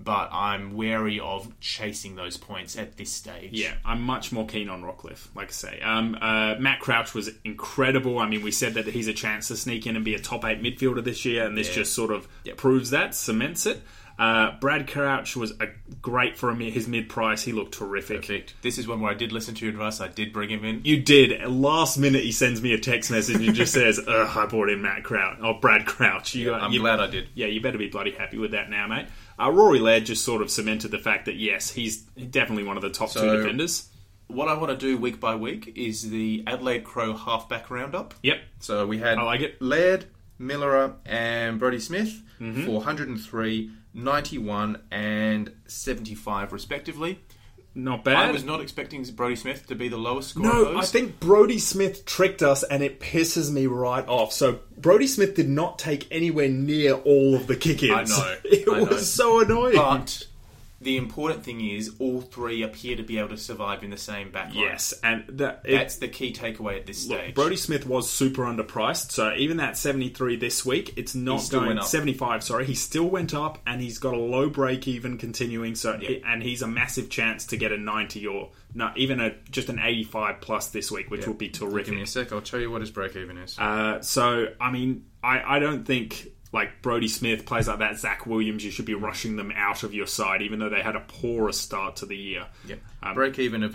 B: But I'm wary of chasing those points at this stage.
A: Yeah, I'm much more keen on Rockcliffe, like I say. Um, uh, Matt Crouch was incredible. I mean, we said that he's a chance to sneak in and be a top eight midfielder this year, and this just sort of proves that, cements it. Uh, Brad Crouch was a, great for a, mi- his mid price. He looked terrific.
B: Perfect. This is one where I did listen to your advice. I did bring him in.
A: You did. Last minute, he sends me a text message and just says, Ugh, I brought in Matt Crouch. Oh, Brad Crouch. You,
B: I'm
A: you-
B: glad I did.
A: yeah, you better be bloody happy with that now, mate. Uh, Rory Laird just sort of cemented the fact that, yes, he's definitely one of the top
B: So-
A: two defenders.
B: What I want to do week by week is the Adelaide Crow halfback roundup.
A: Yep.
B: So we had
A: I like it.
B: Laird, Miller, and Brody Smith
A: Mm-hmm.
B: for 103, 91, and 75 respectively.
A: Not bad.
B: I was not expecting Brody Smith to be the lowest scorer. of
A: No,
B: those.
A: I think Brody Smith tricked us, and it pisses me right off. So Brody Smith did not take anywhere near all of the kick-ins.
B: I know,
A: it
B: I know.
A: was so annoying.
B: But The important thing is all three appear to be able to survive in the same backline.
A: Yes, and that, it,
B: That's the key takeaway at this stage.
A: look, Brody Smith was super underpriced, so even that 73 this week, it's not
B: still
A: going
B: went up.
A: 75. Sorry, he still went up, and he's got a low break even continuing. So, it- and he's a massive chance to get a 90 or no, even a just an 85 plus this week, which would be
B: Give me a
A: terrific.
B: sec. I'll show you what his break even is.
A: Uh, so, I mean, I, I don't think like Brody Smith plays like that. Zach Williams, you should be rushing them out of your side, even though they had a poorer start to the year.
B: yeah.
A: um,
B: break even of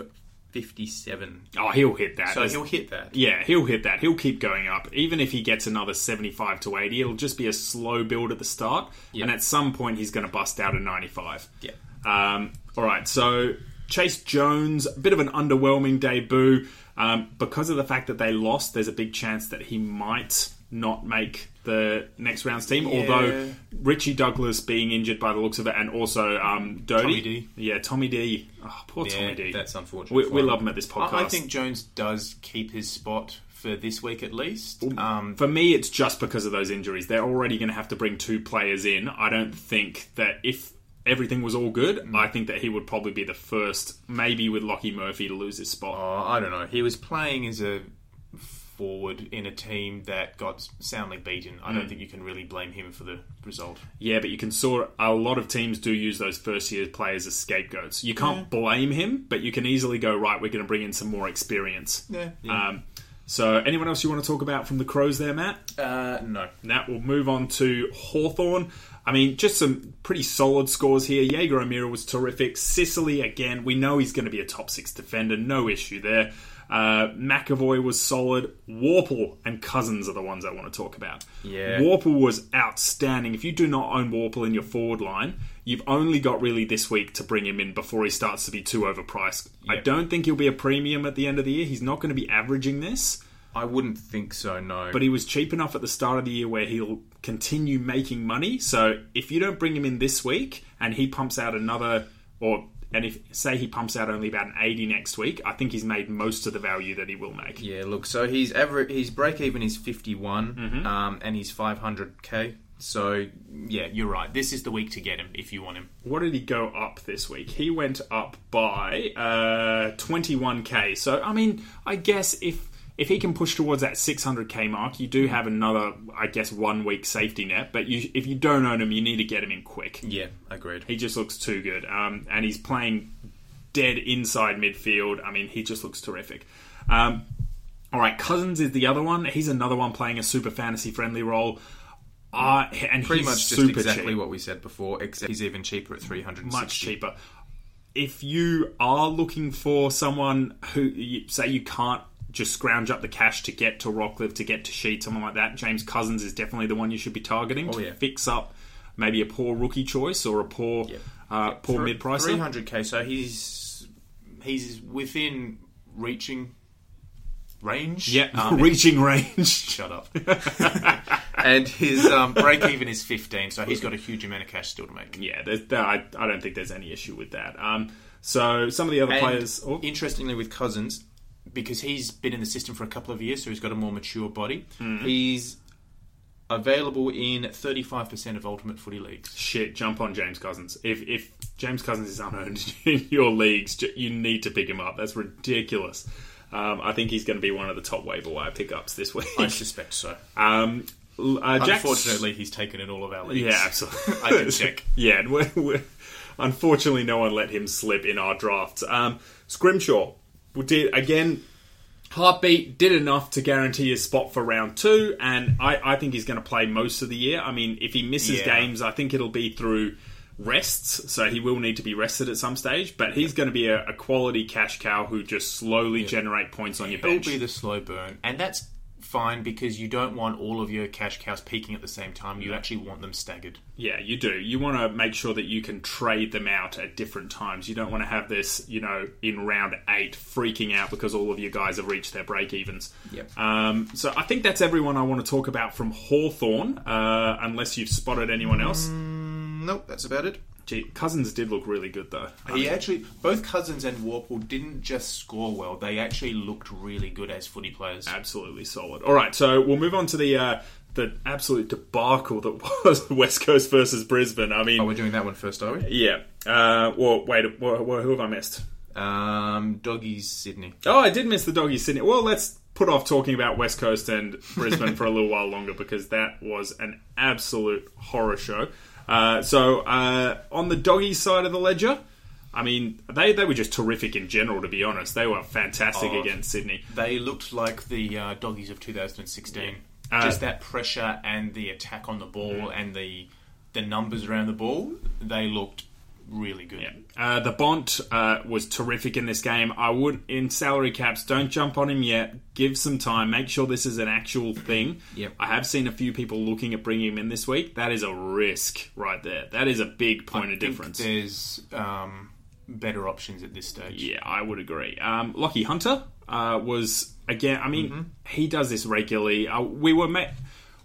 B: 57.
A: Oh, he'll hit that.
B: So
A: There's-
B: he'll hit that.
A: Yeah, he'll hit that. He'll keep going up. Even if he gets another 75 to 80, it'll just be a slow build at the start. And at some point, he's going to bust out a 95.
B: Yeah.
A: Um, all right, so Chase Jones, a bit of an underwhelming debut. Um, because of the fact that they lost, there's a big chance that he might not make the next round's team. Although Richie Douglas being injured by the looks of it, and also um, Doty.
B: Tommy D.
A: Yeah, Tommy D. Oh, poor Tommy D.
B: that's unfortunate.
A: We,
B: for
A: we
B: him.
A: love him at this podcast.
B: I, I think Jones does keep his spot for this week at least. Um,
A: For me, it's just because of those injuries. They're already going to have to bring two players in. I don't think that if everything was all good, I think that he would probably be the first, maybe with Lockie Murphy, to lose his spot.
B: oh, I don't know. He was playing as a forward in a team that got soundly beaten. I don't think you can really blame him for the result.
A: Yeah, but you can sort a lot of teams do use those first year players as scapegoats. You can't blame him, but you can easily go right. We're going to bring in some more experience.
B: Yeah.
A: Um, so, anyone else you want to talk about from the Crows there, Matt?
B: Uh, no.
A: And that will move on to Hawthorn. I mean, just some pretty solid scores here. Jaeger O'Meara was terrific. Sicily, again, we know he's going to be a top six defender. No issue there. Uh, McAvoy was solid. Warple and Cousins are the ones I want to talk about.
B: Yeah.
A: Warple was outstanding. If you do not own Warple in your forward line, you've only got really this week to bring him in before he starts to be too overpriced. I
B: Yep.
A: don't think he'll be a premium at the end of the year. He's not going to be averaging this
B: I wouldn't think so, no.
A: but he was cheap enough at the start of the year where he'll continue making money. So if you don't bring him in this week and he pumps out another or and if say he pumps out only about an 80 next week, I think he's made most of the value that he will make.
B: Yeah, look, so he's average. His break even is fifty um, and he's five hundred k. So yeah, you're right. This is the week to get him if you want him.
A: What did he go up this week? He went up by uh, 21k. So I mean, I guess if if he can push towards that 600k mark, you do have another I guess one week safety net, but you if you don't own him, you need to get him in quick.
B: Yeah, agreed.
A: He just looks too good. Um, and he's playing dead inside midfield. I mean, he just looks terrific. Um, all right, Cousins is the other one. He's another one playing a super fantasy friendly role. Uh, and
B: Pretty
A: he's
B: much just
A: super
B: exactly
A: cheap,
B: what we said before, except he's even cheaper at three hundred.
A: much cheaper. If you are looking for someone who you, say you can't just scrounge up the cash to get to Rockcliffe, to get to Sheet, someone like that, James Cousins is definitely the one you should be targeting to
B: Oh, yeah.
A: fix up maybe a poor rookie choice or a poor uh, poor mid pricer.
B: Three hundred k. So he's he's within reaching range.
A: Yeah,
B: Um,
A: reaching range.
B: Shut up. and his um, break even is 15, so he's got a huge amount of cash still to make.
A: yeah, there's, there, I, I don't think there's any issue with that. Um, so some of the other
B: And
A: players. Oh,
B: interestingly, with Cousins, because he's been in the system for a couple of years, so he's got a more mature body.
A: Hmm.
B: He's available in thirty-five percent of Ultimate Footy leagues.
A: shit, jump on James Cousins. If if James Cousins is unowned in your leagues, ju- you need to pick him up. That's ridiculous. Um, I think he's going to be one of the top waiver wire pickups this week.
B: I suspect so.
A: Um, l- uh, Jack's-
B: Unfortunately, he's taken in all of our leagues.
A: Yeah, absolutely.
B: I can check.
A: yeah, and we're, we're, unfortunately, no one let him slip in our drafts. Um, Scrimshaw we did again. Heartbeat did enough to guarantee his spot for round two, and I, I think he's going to play most of the year. I mean, if he misses
B: Yeah.
A: games, I think it'll be through rests, so he will need to be rested at some stage. But he's going to be a, a quality cash cow who just slowly generate points on your
B: It'll
A: bench.
B: be the slow burn, and that's fine because you don't want all of your cash cows peaking at the same time. You actually want them staggered.
A: Yeah, you do. You want to make sure that you can trade them out at different times. You don't want to have this, you know, in round eight freaking out because all of you guys have reached their break evens.
B: Yep.
A: Um, so I think that's everyone I want to talk about from Hawthorn, uh, unless you've spotted anyone else.
B: Nope, that's about it. Um,
A: Gee, Cousins did look really good, though.
B: He actually, both Cousins and Warple didn't just score well; they actually looked really good as footy players.
A: Absolutely solid. All right, so we'll move on to the uh, the absolute debacle that was West Coast versus Brisbane. I mean,
B: Oh, we're doing that one first, are we?
A: yeah. Uh, well, wait, well, well, who have I missed?
B: Um, doggies, Sydney.
A: Oh, I did miss the doggy Sydney. Well, let's put off talking about West Coast and Brisbane for a little while longer because that was an absolute horror show. Uh, so uh, on the doggy side of the ledger, I mean they they were just terrific in general. To be honest, they were fantastic
B: Oh.
A: against Sydney.
B: They looked like the uh, doggies of 2016.
A: Uh,
B: Just that pressure and the attack on the ball and the the numbers around the ball. They looked really good.
A: Uh, the Bont uh, was terrific in this game. I would, in salary caps, don't jump on him yet. Give some time. Make sure this is an actual thing.
B: Yep.
A: I have seen a few people looking at bringing him in this week. That is a risk right there. That is a big point of
B: I think
A: difference.
B: There's um, better options at this stage.
A: Yeah, I would agree. Um, Lockie Hunter uh, was again. I
B: Mm-hmm.
A: mean, he does this regularly. Uh, we were ma-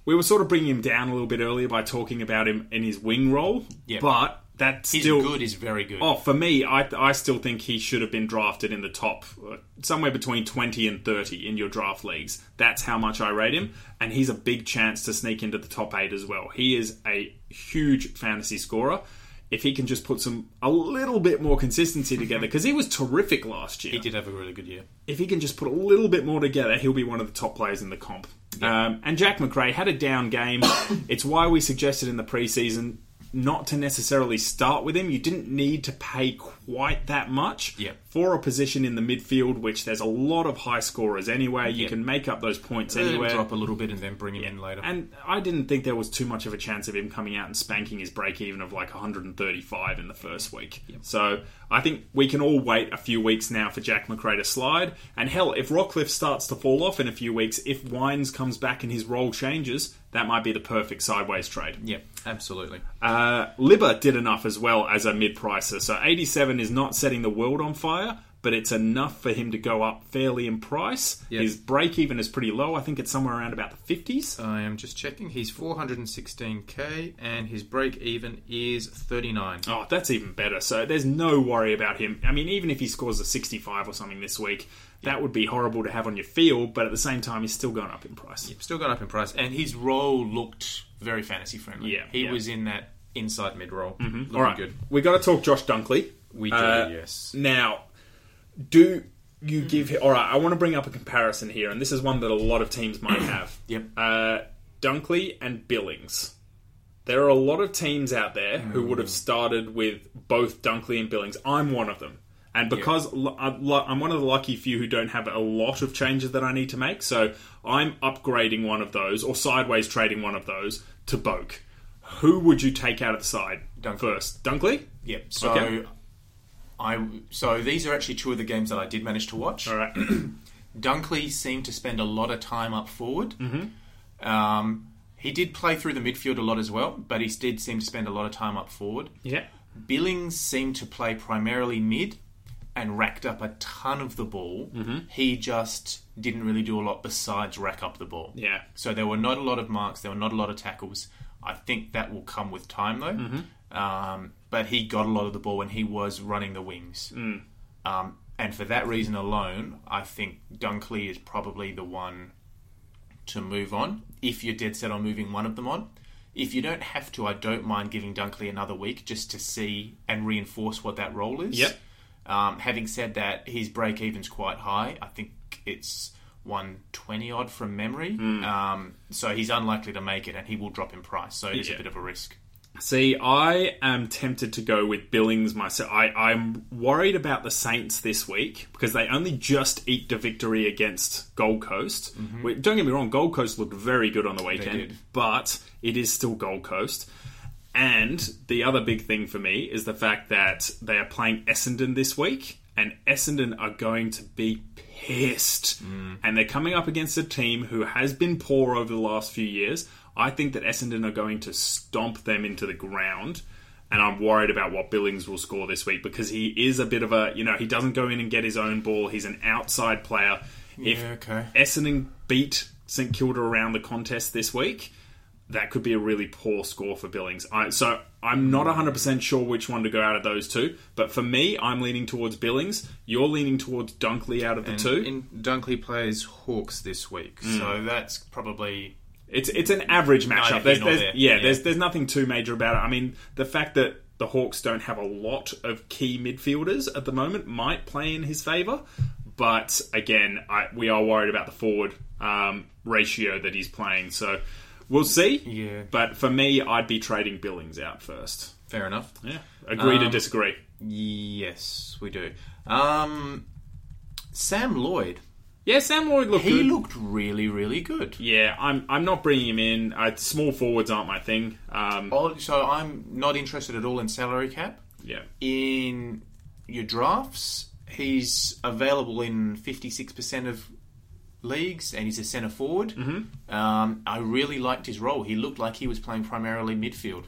A: we were sort of bringing him down a little bit earlier by talking about him in his wing role.
B: Yeah.
A: but that's
B: He's
A: still
B: good. Is very good.
A: Oh, for me, I, I still think he should have been drafted in the top, uh, somewhere between 20 and 30 in your draft leagues. That's how much I rate him. And he's a big chance to sneak into the top eight as well. He is a huge fantasy scorer. If he can just put some a little bit more consistency together, because he was terrific last year
B: He did have a really good year.
A: if he can just put a little bit more together, he'll be one of the top players in the comp. Um, and Jack McRae had a down game. it's why we suggested in the preseason not to necessarily start with him. You didn't need to pay quite that much
B: Yeah.
A: for a position in the midfield, which there's a lot of high scorers anyway. You
B: Yeah.
A: can make up those points
B: Let him
A: anywhere.
B: drop a little bit and then bring him in later.
A: And I didn't think there was too much of a chance of him coming out and spanking his break even of like 135 in the first week. So I think we can all wait a few weeks now for Jack McRae to slide. And hell, if Rockcliffe starts to fall off in a few weeks, if Wines comes back and his role changes, that might be the perfect sideways trade.
B: yeah, absolutely.
A: Uh, Libba did enough as well as a mid pricer. So 87 is not setting the world on fire, but it's enough for him to go up fairly in price.
B: Yeah.
A: His break even is pretty low. I think it's somewhere around about the 50s.
B: I am just checking. He's 416k, and his break even is 39.
A: Oh, that's even better. So there's no worry about him. I mean, even if he scores a 65 or something this week, that would be horrible to have on your field, but at the same time, he's still going up in price.
B: Still gone up in price, and his role looked very fantasy friendly.
A: Yeah,
B: he
A: yeah. Mm-hmm.
B: was in that inside mid role. Looking
A: All right.
B: good.
A: We got to talk Josh Dunkley.
B: We do,
A: Uh,
B: yes.
A: Now, do you give him. All right, I want to bring up a comparison here, and this is one that a lot of teams might have.
B: Yep.
A: Uh, Dunkley and Billings. There are a lot of teams out there who would have started with both Dunkley and Billings. I'm one of them. And because l- I'm lu- I'm one of the lucky few who don't have a lot of changes that I need to make, so I'm upgrading one of those or sideways trading one of those to Boke. Who would you take out of the side
B: Dunkley.
A: first? Dunkley?
B: Yep. So
A: Okay.
B: I so these are actually two of the games that I did manage to watch.
A: All right.
B: Dunkley seemed to spend a lot of time up forward. Um, he did play through the midfield a lot as well, but he did seem to spend a lot of time up forward.
A: yeah.
B: Billings seemed to play primarily mid and racked up a ton of the ball. He just didn't really do a lot besides rack up the ball.
A: Yeah.
B: So there were not a lot of marks, there were not a lot of tackles. I think that will come with time though. Um, but he got a lot of the ball when he was running the wings. Um, and for that reason alone, I think Dunkley is probably the one to move on if you're dead set on moving one of them on. If you don't have to, I don't mind giving Dunkley another week just to see and reinforce what that role is.
A: Yep.
B: Um, having said that, his break even's quite high. I think it's 120 odd from memory. Um, so he's unlikely to make it and he will drop in price. So it is
A: Yeah.
B: a bit of a risk.
A: See, I am tempted to go with Billings myself. I, I'm worried about the Saints this week because they only just eked a victory against Gold Coast. We- Don't get me wrong, Gold Coast looked very good on the weekend,
B: did.
A: but it is still Gold Coast. And the other big thing for me is the fact that they are playing Essendon this week, and Essendon are going to be pissed. And they're coming up against a team who has been poor over the last few years. I think that Essendon are going to stomp them into the ground. And I'm worried about what Billings will score this week because he is a bit of a, you know, he doesn't go in and get his own ball. He's an outside player. if
B: Yeah, okay.
A: Essendon beat St Kilda around the contest this week, that could be a really poor score for Billings. I, so I'm not 100% sure which one to go out of those two, but for me, I'm leaning towards Billings. You're leaning towards Dunkley out of the two.
B: Hmm. In Dunkley plays Hawks this week. So that's probably
A: It's it's an average matchup.
B: here
A: There's,
B: nor
A: there's,
B: there.
A: yeah,
B: Yeah.
A: there's there's nothing too major about it. I mean, the fact that the Hawks don't have a lot of key midfielders at the moment might play in his favour. But again, I, we are worried about the forward um, ratio that he's playing. So we'll see.
B: Yeah.
A: But for me, I'd be trading Billings out first.
B: Fair enough.
A: Yeah. Agree to
B: Um,
A: disagree.
B: Yes, we do. Um, Sam Lloyd.
A: Yeah, Sam Lloyd looked
B: He
A: good.
B: looked really, really good.
A: yeah, I'm I'm not bringing him in. Uh, small forwards aren't my thing. Um,
B: Oh, So I'm not interested at all in salary cap.
A: yeah.
B: In your drafts, he's available in 56% of leagues, and he's a centre forward. Mm-hmm. Um, I really liked his role. He looked like he was playing primarily midfield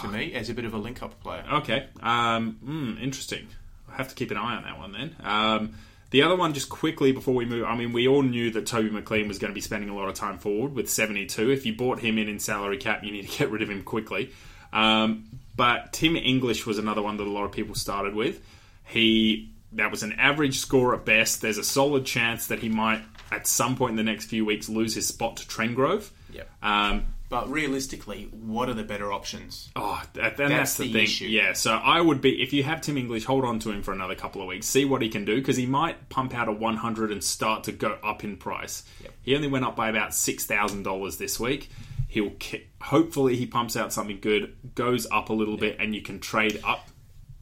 B: to me as a bit of a link-up player.
A: Okay. Um, mm, interesting. I have to keep an eye on that one then. Um, the other one, just quickly before we move, I mean, we all knew that Toby McLean was going to be spending a lot of time forward with 72. If you bought him in in salary cap, you need to get rid of him quickly. Um, but Tim English was another one that a lot of people started with. He that was an average score at best. There's a solid chance that he might at some point in the next few weeks lose his spot to Trengrove.
B: Yep.
A: Um,
B: But realistically, what are the better options?
A: Oh, that, then that's,
B: That's
A: the,
B: the
A: thing.
B: issue.
A: Yeah, so I would be if you have Tim English, hold on to him for another couple of weeks, see what he can do because he might pump out a 100 and start to go up in price. He only went up by about six thousand dollars this week. He'll ki- hopefully he pumps out something good, goes up a little bit, and you can trade up.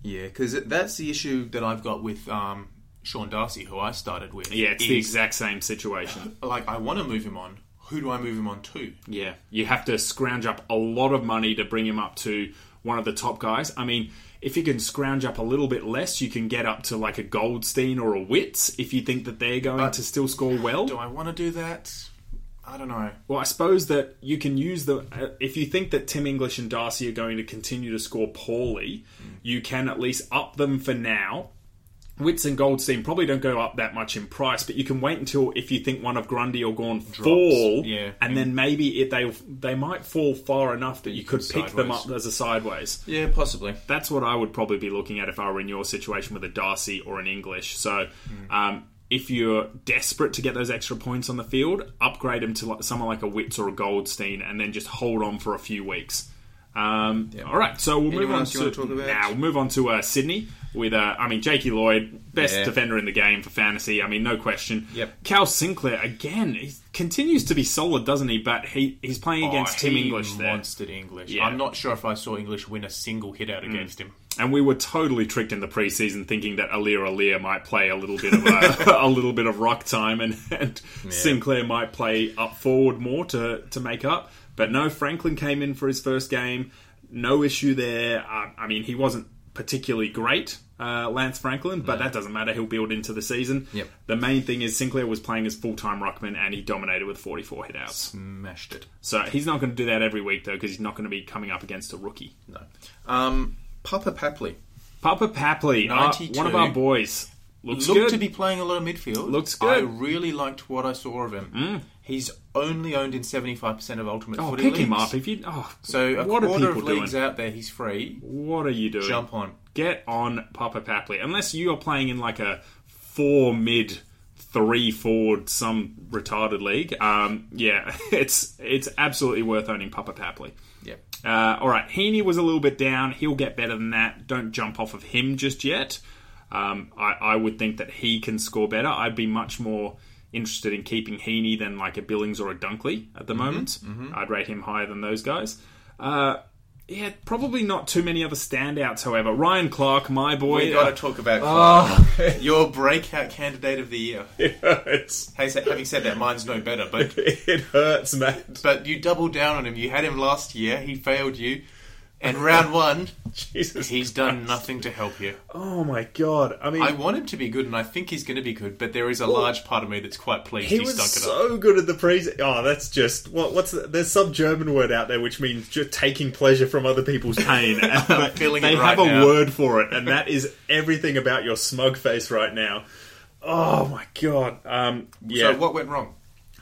B: Yeah, because that's the issue that I've got with um, Sean Darcy, who I started with.
A: Yeah, it's the
B: is,
A: exact same situation.
B: like I want to move him on. Who do I move him on to?
A: Yeah, you have to scrounge up a lot of money to bring him up to one of the top guys. I mean, if you can scrounge up a little bit less, you can get up to like a Goldstein or a Witz if you think that they're going to still score well.
B: Do I want to do that? I don't know.
A: Well, I suppose that you can use the. uh, If you think that Tim English and Darcy are going to continue to score poorly, you can at least up them for now. Wits and Goldstein probably don't go up that much in price, but you can wait until if you think one of Grundy or Gorn fall,
B: yeah.
A: and then maybe if they they might fall far enough that you, could
B: could
A: pick them
B: sideways.
A: up as a sideways.
B: Yeah, possibly.
A: That's what I would probably be looking at if I were in your situation with a Darcy or an English. So, um, if you're desperate to get those extra points on the field, upgrade them to like, someone like a Witz or a Goldstein, and then just hold on for a few weeks. Um, All right, so we'll move
B: Anyone
A: on
B: else you
A: to,
B: wanna talk about?
A: Nah, we'll move on to uh, Sydney with, uh, I mean, Jakey Lloyd, best
B: Yeah.
A: defender in the game for fantasy. I mean, no question.
B: Yep.
A: Cal Sinclair again, he continues to be solid, doesn't he? But he he's playing
B: Oh,
A: against Tim English there.
B: Monstered English.
A: Yeah. Mm.
B: I'm not sure if I saw English win a single hit out against him.
A: And we were totally tricked in the preseason thinking that Alir Alir might play a little bit of uh, a, a little bit of rock time and, and Sinclair might play up forward more to, to make up. But no, Franklin came in for his first game. No issue there. Uh, I mean, he wasn't particularly great, uh, Lance Franklin, but that doesn't matter. He'll build into the season.
B: Yep.
A: The main thing is Sinclair was playing as full time ruckman and he dominated with 44 hit outs.
B: Mashed it.
A: So he's not going to do that every week, though, because he's not going to be coming up against a rookie.
B: No. Um, Papa Papley
A: Papa Papley, our-
B: 92.
A: one of our boys, looks
B: looked
A: good.
B: to be playing a lot of midfield.
A: Looks
B: I
A: good. Mm.
B: really liked what I saw of him. He's only owned in 75% of ultimate
A: oh,
B: footy
A: pick him
B: leagues.
A: up if you. Oh,
B: So a
A: what are
B: quarter
A: people
B: of leagues
A: doing?
B: out there, he's free.
A: What are you doing?
B: Jump on.
A: Get on Papa Papley, unless you are playing in like a four mid, three forward, some retarded league. Um, yeah, it's it's absolutely worth owning Papa Papley.
B: Yeah.
A: Uh, all right, Heaney was a little bit down. He'll get better than that. Don't jump off of him just yet. Um, I, I would think that he can score better. I'd be much more interested in keeping Heaney than like a Billings or a Dunkley at the moment. I'd rate him higher than those guys. Uh, yeah, probably not too many other standouts, however. Ryan Clark, my boy. Uh,
B: We got to talk about
A: Ah.
B: Clark. your breakout candidate of the year.
A: it hurts.
B: Hey, sa- Having said that, mine's no better, but
A: It hurts, mate.
B: but you doubled down on him. You had him last year. He failed you, and round one,
A: Jesus.
B: he's done nothing to help you.
A: Oh my god. I mean,
B: I want him to be good, and I think he's going to be good. But there is a large part of me that's quite pleased
A: He
B: he,
A: was
B: stunk it up.
A: so good at the pre. Oh, that's just what, what's the, there's some German word out there which means just taking pleasure from other people's pain. But
B: feeling
A: they
B: it right
A: have a
B: now.
A: word for it, and that is everything about your smug face right now. Oh my god. Um, yeah.
B: So what went wrong?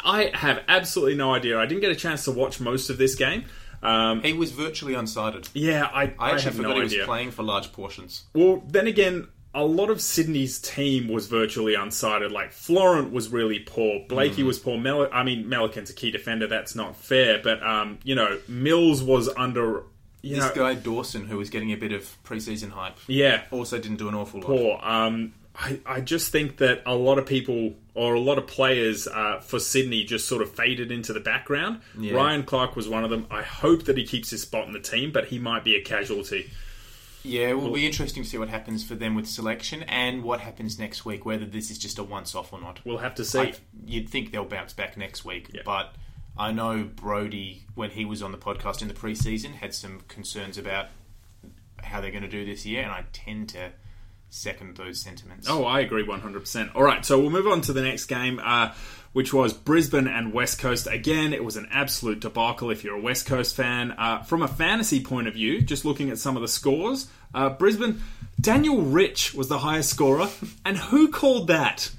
A: I have absolutely no idea. I didn't get a chance to watch most of this game. Um,
B: He was virtually unsighted.
A: yeah, I,
B: I
A: I
B: actually
A: have
B: forgot
A: no
B: he was
A: idea.
B: playing for large portions.
A: Well, then again, a lot of Sydney's team was virtually unsighted. Like Florent was really poor.
B: Hmm.
A: Blakey was poor. Mel- I mean, Melican's a key defender. That's not fair. But um, you know, Mills was under. You
B: This
A: know,
B: guy Dawson, who was getting a bit of preseason hype,
A: yeah,
B: also didn't do an awful lot.
A: poor. Um, I, I just think that a lot of people or a lot of players uh, for Sydney just sort of faded into the background.
B: Yeah.
A: Ryan Clark was one of them. I hope that he keeps his spot in the team, but he might be a casualty.
B: Yeah, it will be interesting to see what happens for them with selection and what happens next week, whether this is just a once off or not.
A: We'll have to see.
B: I- you'd think they'll bounce back next week, but I know Brody, when he was on the podcast in the preseason, had some concerns about how they're going to do this year, and I tend to second those sentiments.
A: Oh, I agree 100%. All right, so we'll move on to the next game, uh, which was Brisbane and West Coast. Again, it was an absolute debacle if you're a West Coast fan. Uh, from a fantasy point of view, just looking at some of the scores, uh, Brisbane, Daniel Rich was the highest scorer. And who called that?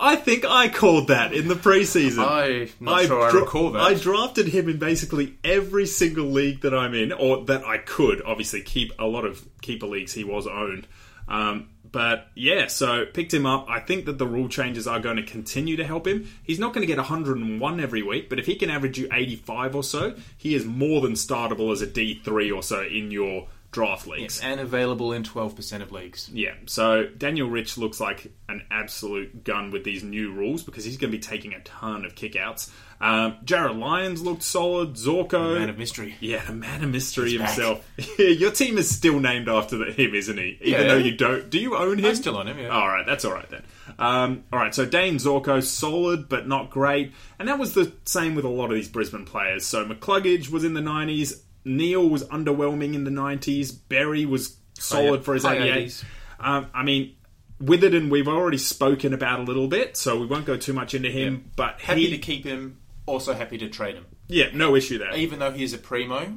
A: I think I called that in the preseason.
B: I'm not sure I
A: dra-
B: recall that.
A: I drafted him in basically every single league that I'm in, or that I could. Obviously, keep a lot of keeper leagues he was owned. Um, but yeah, so picked him up. I think that the rule changes are going to continue to help him. He's not going to get 101 every week, but if he can average you 85 or so, he is more than startable as a D3 or so in your draft leagues.
B: and available in 12% of leagues.
A: Yeah, so Daniel Rich looks like an absolute gun with these new rules because he's going to be taking a ton of kickouts. Um, Jared Lyons looked solid. Zorko,
B: Man of mystery.
A: yeah, the man of mystery
B: back.
A: himself. Your team is still named after the, him, isn't he? Even
B: Yeah.
A: though you don't, do you own him?
B: I'm still on him, yeah.
A: All right, that's all right then. Um, all right, so Dane Zorko, solid but not great, and that was the same with a lot of these Brisbane players. So McCluggage was in the nineties. Neil was underwhelming in the nineties. Berry was solid for his
B: High
A: eighty-eight.
B: 80s.
A: Um, I mean, Witherden, we've already spoken about a little bit, so we won't go too much into him. But
B: Happy
A: he,
B: to keep him, also happy to trade him.
A: yeah, no issue there.
B: even though he is a primo,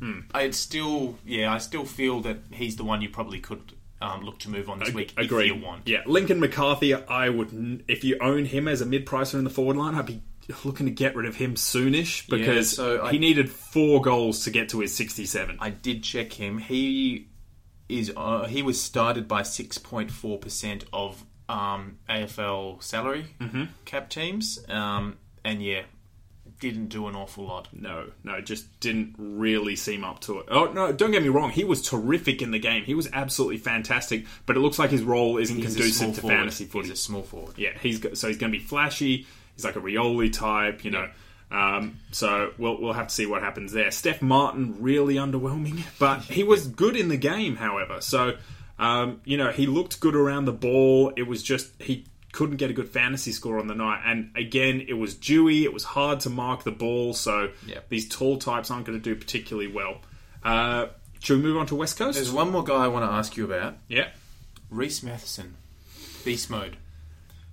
A: Hmm.
B: I'd still, yeah, I still feel that he's the one you probably could um, look to move on this week
A: Agree.
B: if you want.
A: Yeah, Lincoln McCarthy. I would, n- if you own him as a mid pricer in the forward line, I'd be looking to get rid of him soonish because
B: so I-
A: he needed four goals to get to his sixty-seven.
B: I did check him. He is uh, he was started by six point four percent of um, AFL salary
A: Mm-hmm.
B: cap teams, um, and yeah, didn't do an awful lot.
A: no, no, just didn't really seem up to it. Oh no, don't get me wrong. He was terrific in the game. He was absolutely fantastic. But it looks like his role isn't
B: He's a small
A: conducive to
B: forward.
A: fantasy footy.
B: He's a small forward.
A: yeah, he's go- so he's going to be flashy. He's like a Rioli type, you know. Um, so we'll we'll have to see what happens there. Steph Martin really underwhelming, but he was good in the game. However, so um, you know he looked good around the ball. It was just he couldn't get a good fantasy score on the night, and again it was dewy. It was hard to mark the ball, so
B: Yeah.
A: these tall types aren't going to do particularly well. Uh, should we move on to West Coast?
B: There's one more guy I want to ask you about.
A: yeah,
B: Reese Matheson, beast mode.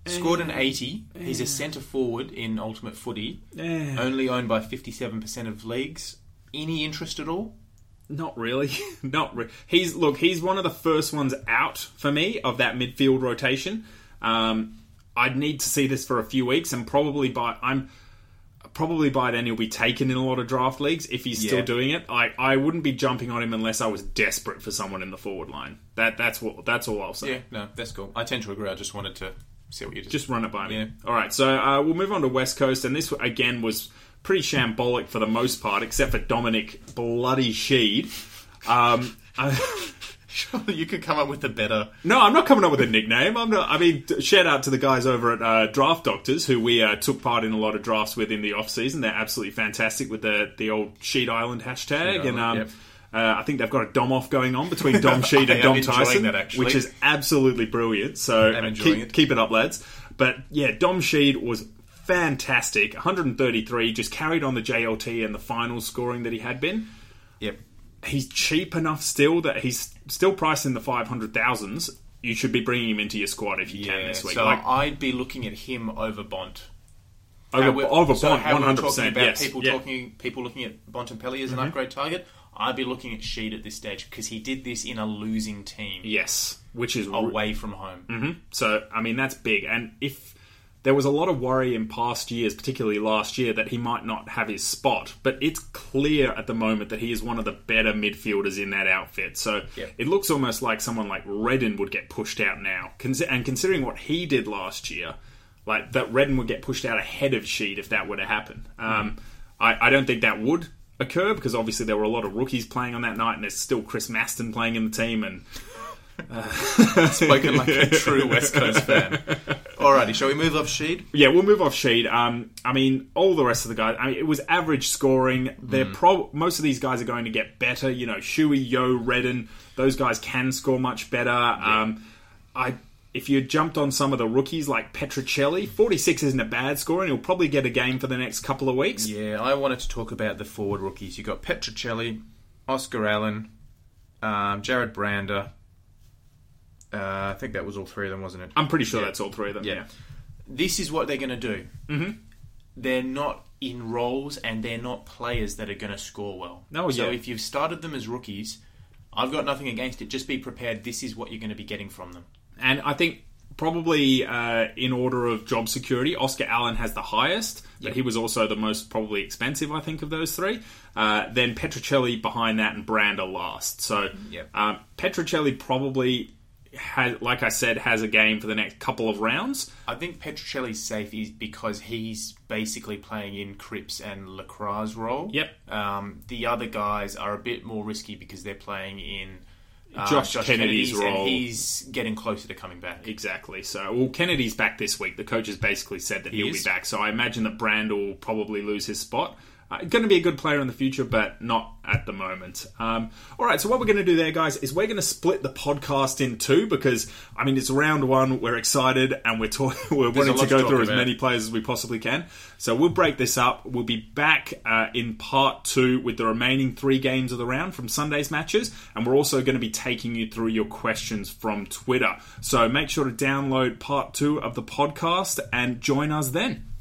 B: Scored an 80. He's a centre forward in Ultimate Footy.
A: Eh.
B: Only owned by 57% of leagues. Any interest at all?
A: Not really. Not re- he's look. He's one of the first ones out for me of that midfield rotation. Um, I'd need to see this for a few weeks, and probably by I'm probably by then he'll be taken in a lot of draft leagues if he's still
B: Yeah.
A: doing it. I, I wouldn't be jumping on him unless I was desperate for someone in the forward line. That that's what that's all I'll say.
B: Yeah, no, that's cool. I tend to agree. I just wanted to see what you just.
A: Just run it by me.
B: Yeah.
A: All right, so uh, we'll move on to West Coast, and this again was pretty shambolic for the most part, except for Dominic Bloody Sheed. Um, I-
B: you could come up with a better.
A: No, I'm not coming up with a nickname. I'm not. I mean, t- shout out to the guys over at uh, Draft Doctors who we uh, took part in a lot of drafts with in the off season. They're absolutely fantastic with the the old Sheet Island hashtag,
B: Sheet
A: and
B: Island,
A: um,
B: yep.
A: uh, I think they've got a dom off going on between Dom Sheet and
B: I am
A: Dom
B: enjoying
A: Tyson,
B: that, actually.
A: which is absolutely brilliant. So
B: I'm
A: uh,
B: enjoying
A: keep
B: it.
A: keep it up, lads. But yeah, Dom Sheed was. Fantastic, 133. Just carried on the JLT and the final scoring that he had been
B: Yep.
A: he's cheap enough still that he's still priced in the five hundred thousands. You should be bringing him into your squad if you can
B: Yeah,
A: this week.
B: so
A: like
B: I'd be looking at him over Bond. How
A: over,
B: we're-
A: over
B: so
A: Bond,
B: how
A: one
B: we were
A: hundred
B: talking
A: percent.
B: about
A: Yes,
B: people
A: yeah. Mm-hmm.
B: talking, people looking at Bontempelli as an upgrade target. I'd be looking at Sheed at this stage because he did this in a losing team
A: yes, which is
B: Oh, away from home.
A: Mm-hmm. Mhm. so. I mean, that's big. And if There was a lot of worry in past years, particularly last year, that he might not have his spot. But it's clear at the moment that he is one of the better midfielders in that outfit. So
B: Yep.
A: it looks almost like someone like Redden would get pushed out now. Consi- And considering what he did last year, like that Redden would get pushed out ahead of Sheed if that were to happen. Um, I, I don't think that would occur because obviously there were a lot of rookies playing on that night, and there's still Chris Maston playing in the team, and
B: Spoken like a true West Coast fan. Alrighty, shall we move off Sheed?
A: Yeah, we'll move off Sheed. Um, I mean, all the rest of the guys. I mean, it was average scoring. They're
B: Mm.
A: pro- most of these guys are going to get better. You know, Shuey, Yo, Redden. Those guys can score much better. Um, I if you jumped on some of the rookies like Petricelli, forty six isn't a bad score, and he'll probably get a game for the next couple of weeks.
B: Yeah, I wanted to talk about the forward rookies. You got Petricelli, Oscar Allen, um, Jared Brander. Uh, I think that was all three of them, wasn't it?
A: I'm pretty sure that's all three of them.
B: Yeah. This is what they're going to do. Mm-hmm. They're not in roles and they're not players that are going to score well.
A: No,
B: So
A: yeah.
B: if you've started them as rookies, I've got nothing against it. Just be prepared. This is what you're going to be getting from them.
A: And I think probably uh, in order of job security, Oscar Allen has the highest, but he was also the most probably expensive, I think, of those three. Uh, then Petricelli behind that and Brander last. So
B: Yep.
A: um, Petricelli probably, has, like I said, has a game for the next couple of rounds.
B: I think Petricelli's safe is because he's basically playing in Cripps and Lacroix's role.
A: Yep.
B: Um, the other guys are a bit more risky because they're playing in uh,
A: Josh Kennedy's role.
B: and he's getting closer to coming back.
A: Exactly. So, well, Kennedy's back this week. The coach has basically said that he will be
B: is.
A: back. So, I imagine that Brand will probably lose his spot. Uh, going to be a good player in the future, but not at the moment. Um, all right. So, what we're going to do there, guys, is we're going to split the podcast in two because, I mean, it's round one. We're excited and we're talking. We're wanting
B: lot
A: to
B: to
A: go
B: talk
A: through as
B: about.
A: many players as we possibly can. So, we'll break this up. We'll be back uh, in part two with the remaining three games of the round from Sunday's matches, and we're also going to be taking you through your questions from Twitter. So, make sure to download part two of the podcast and join us then.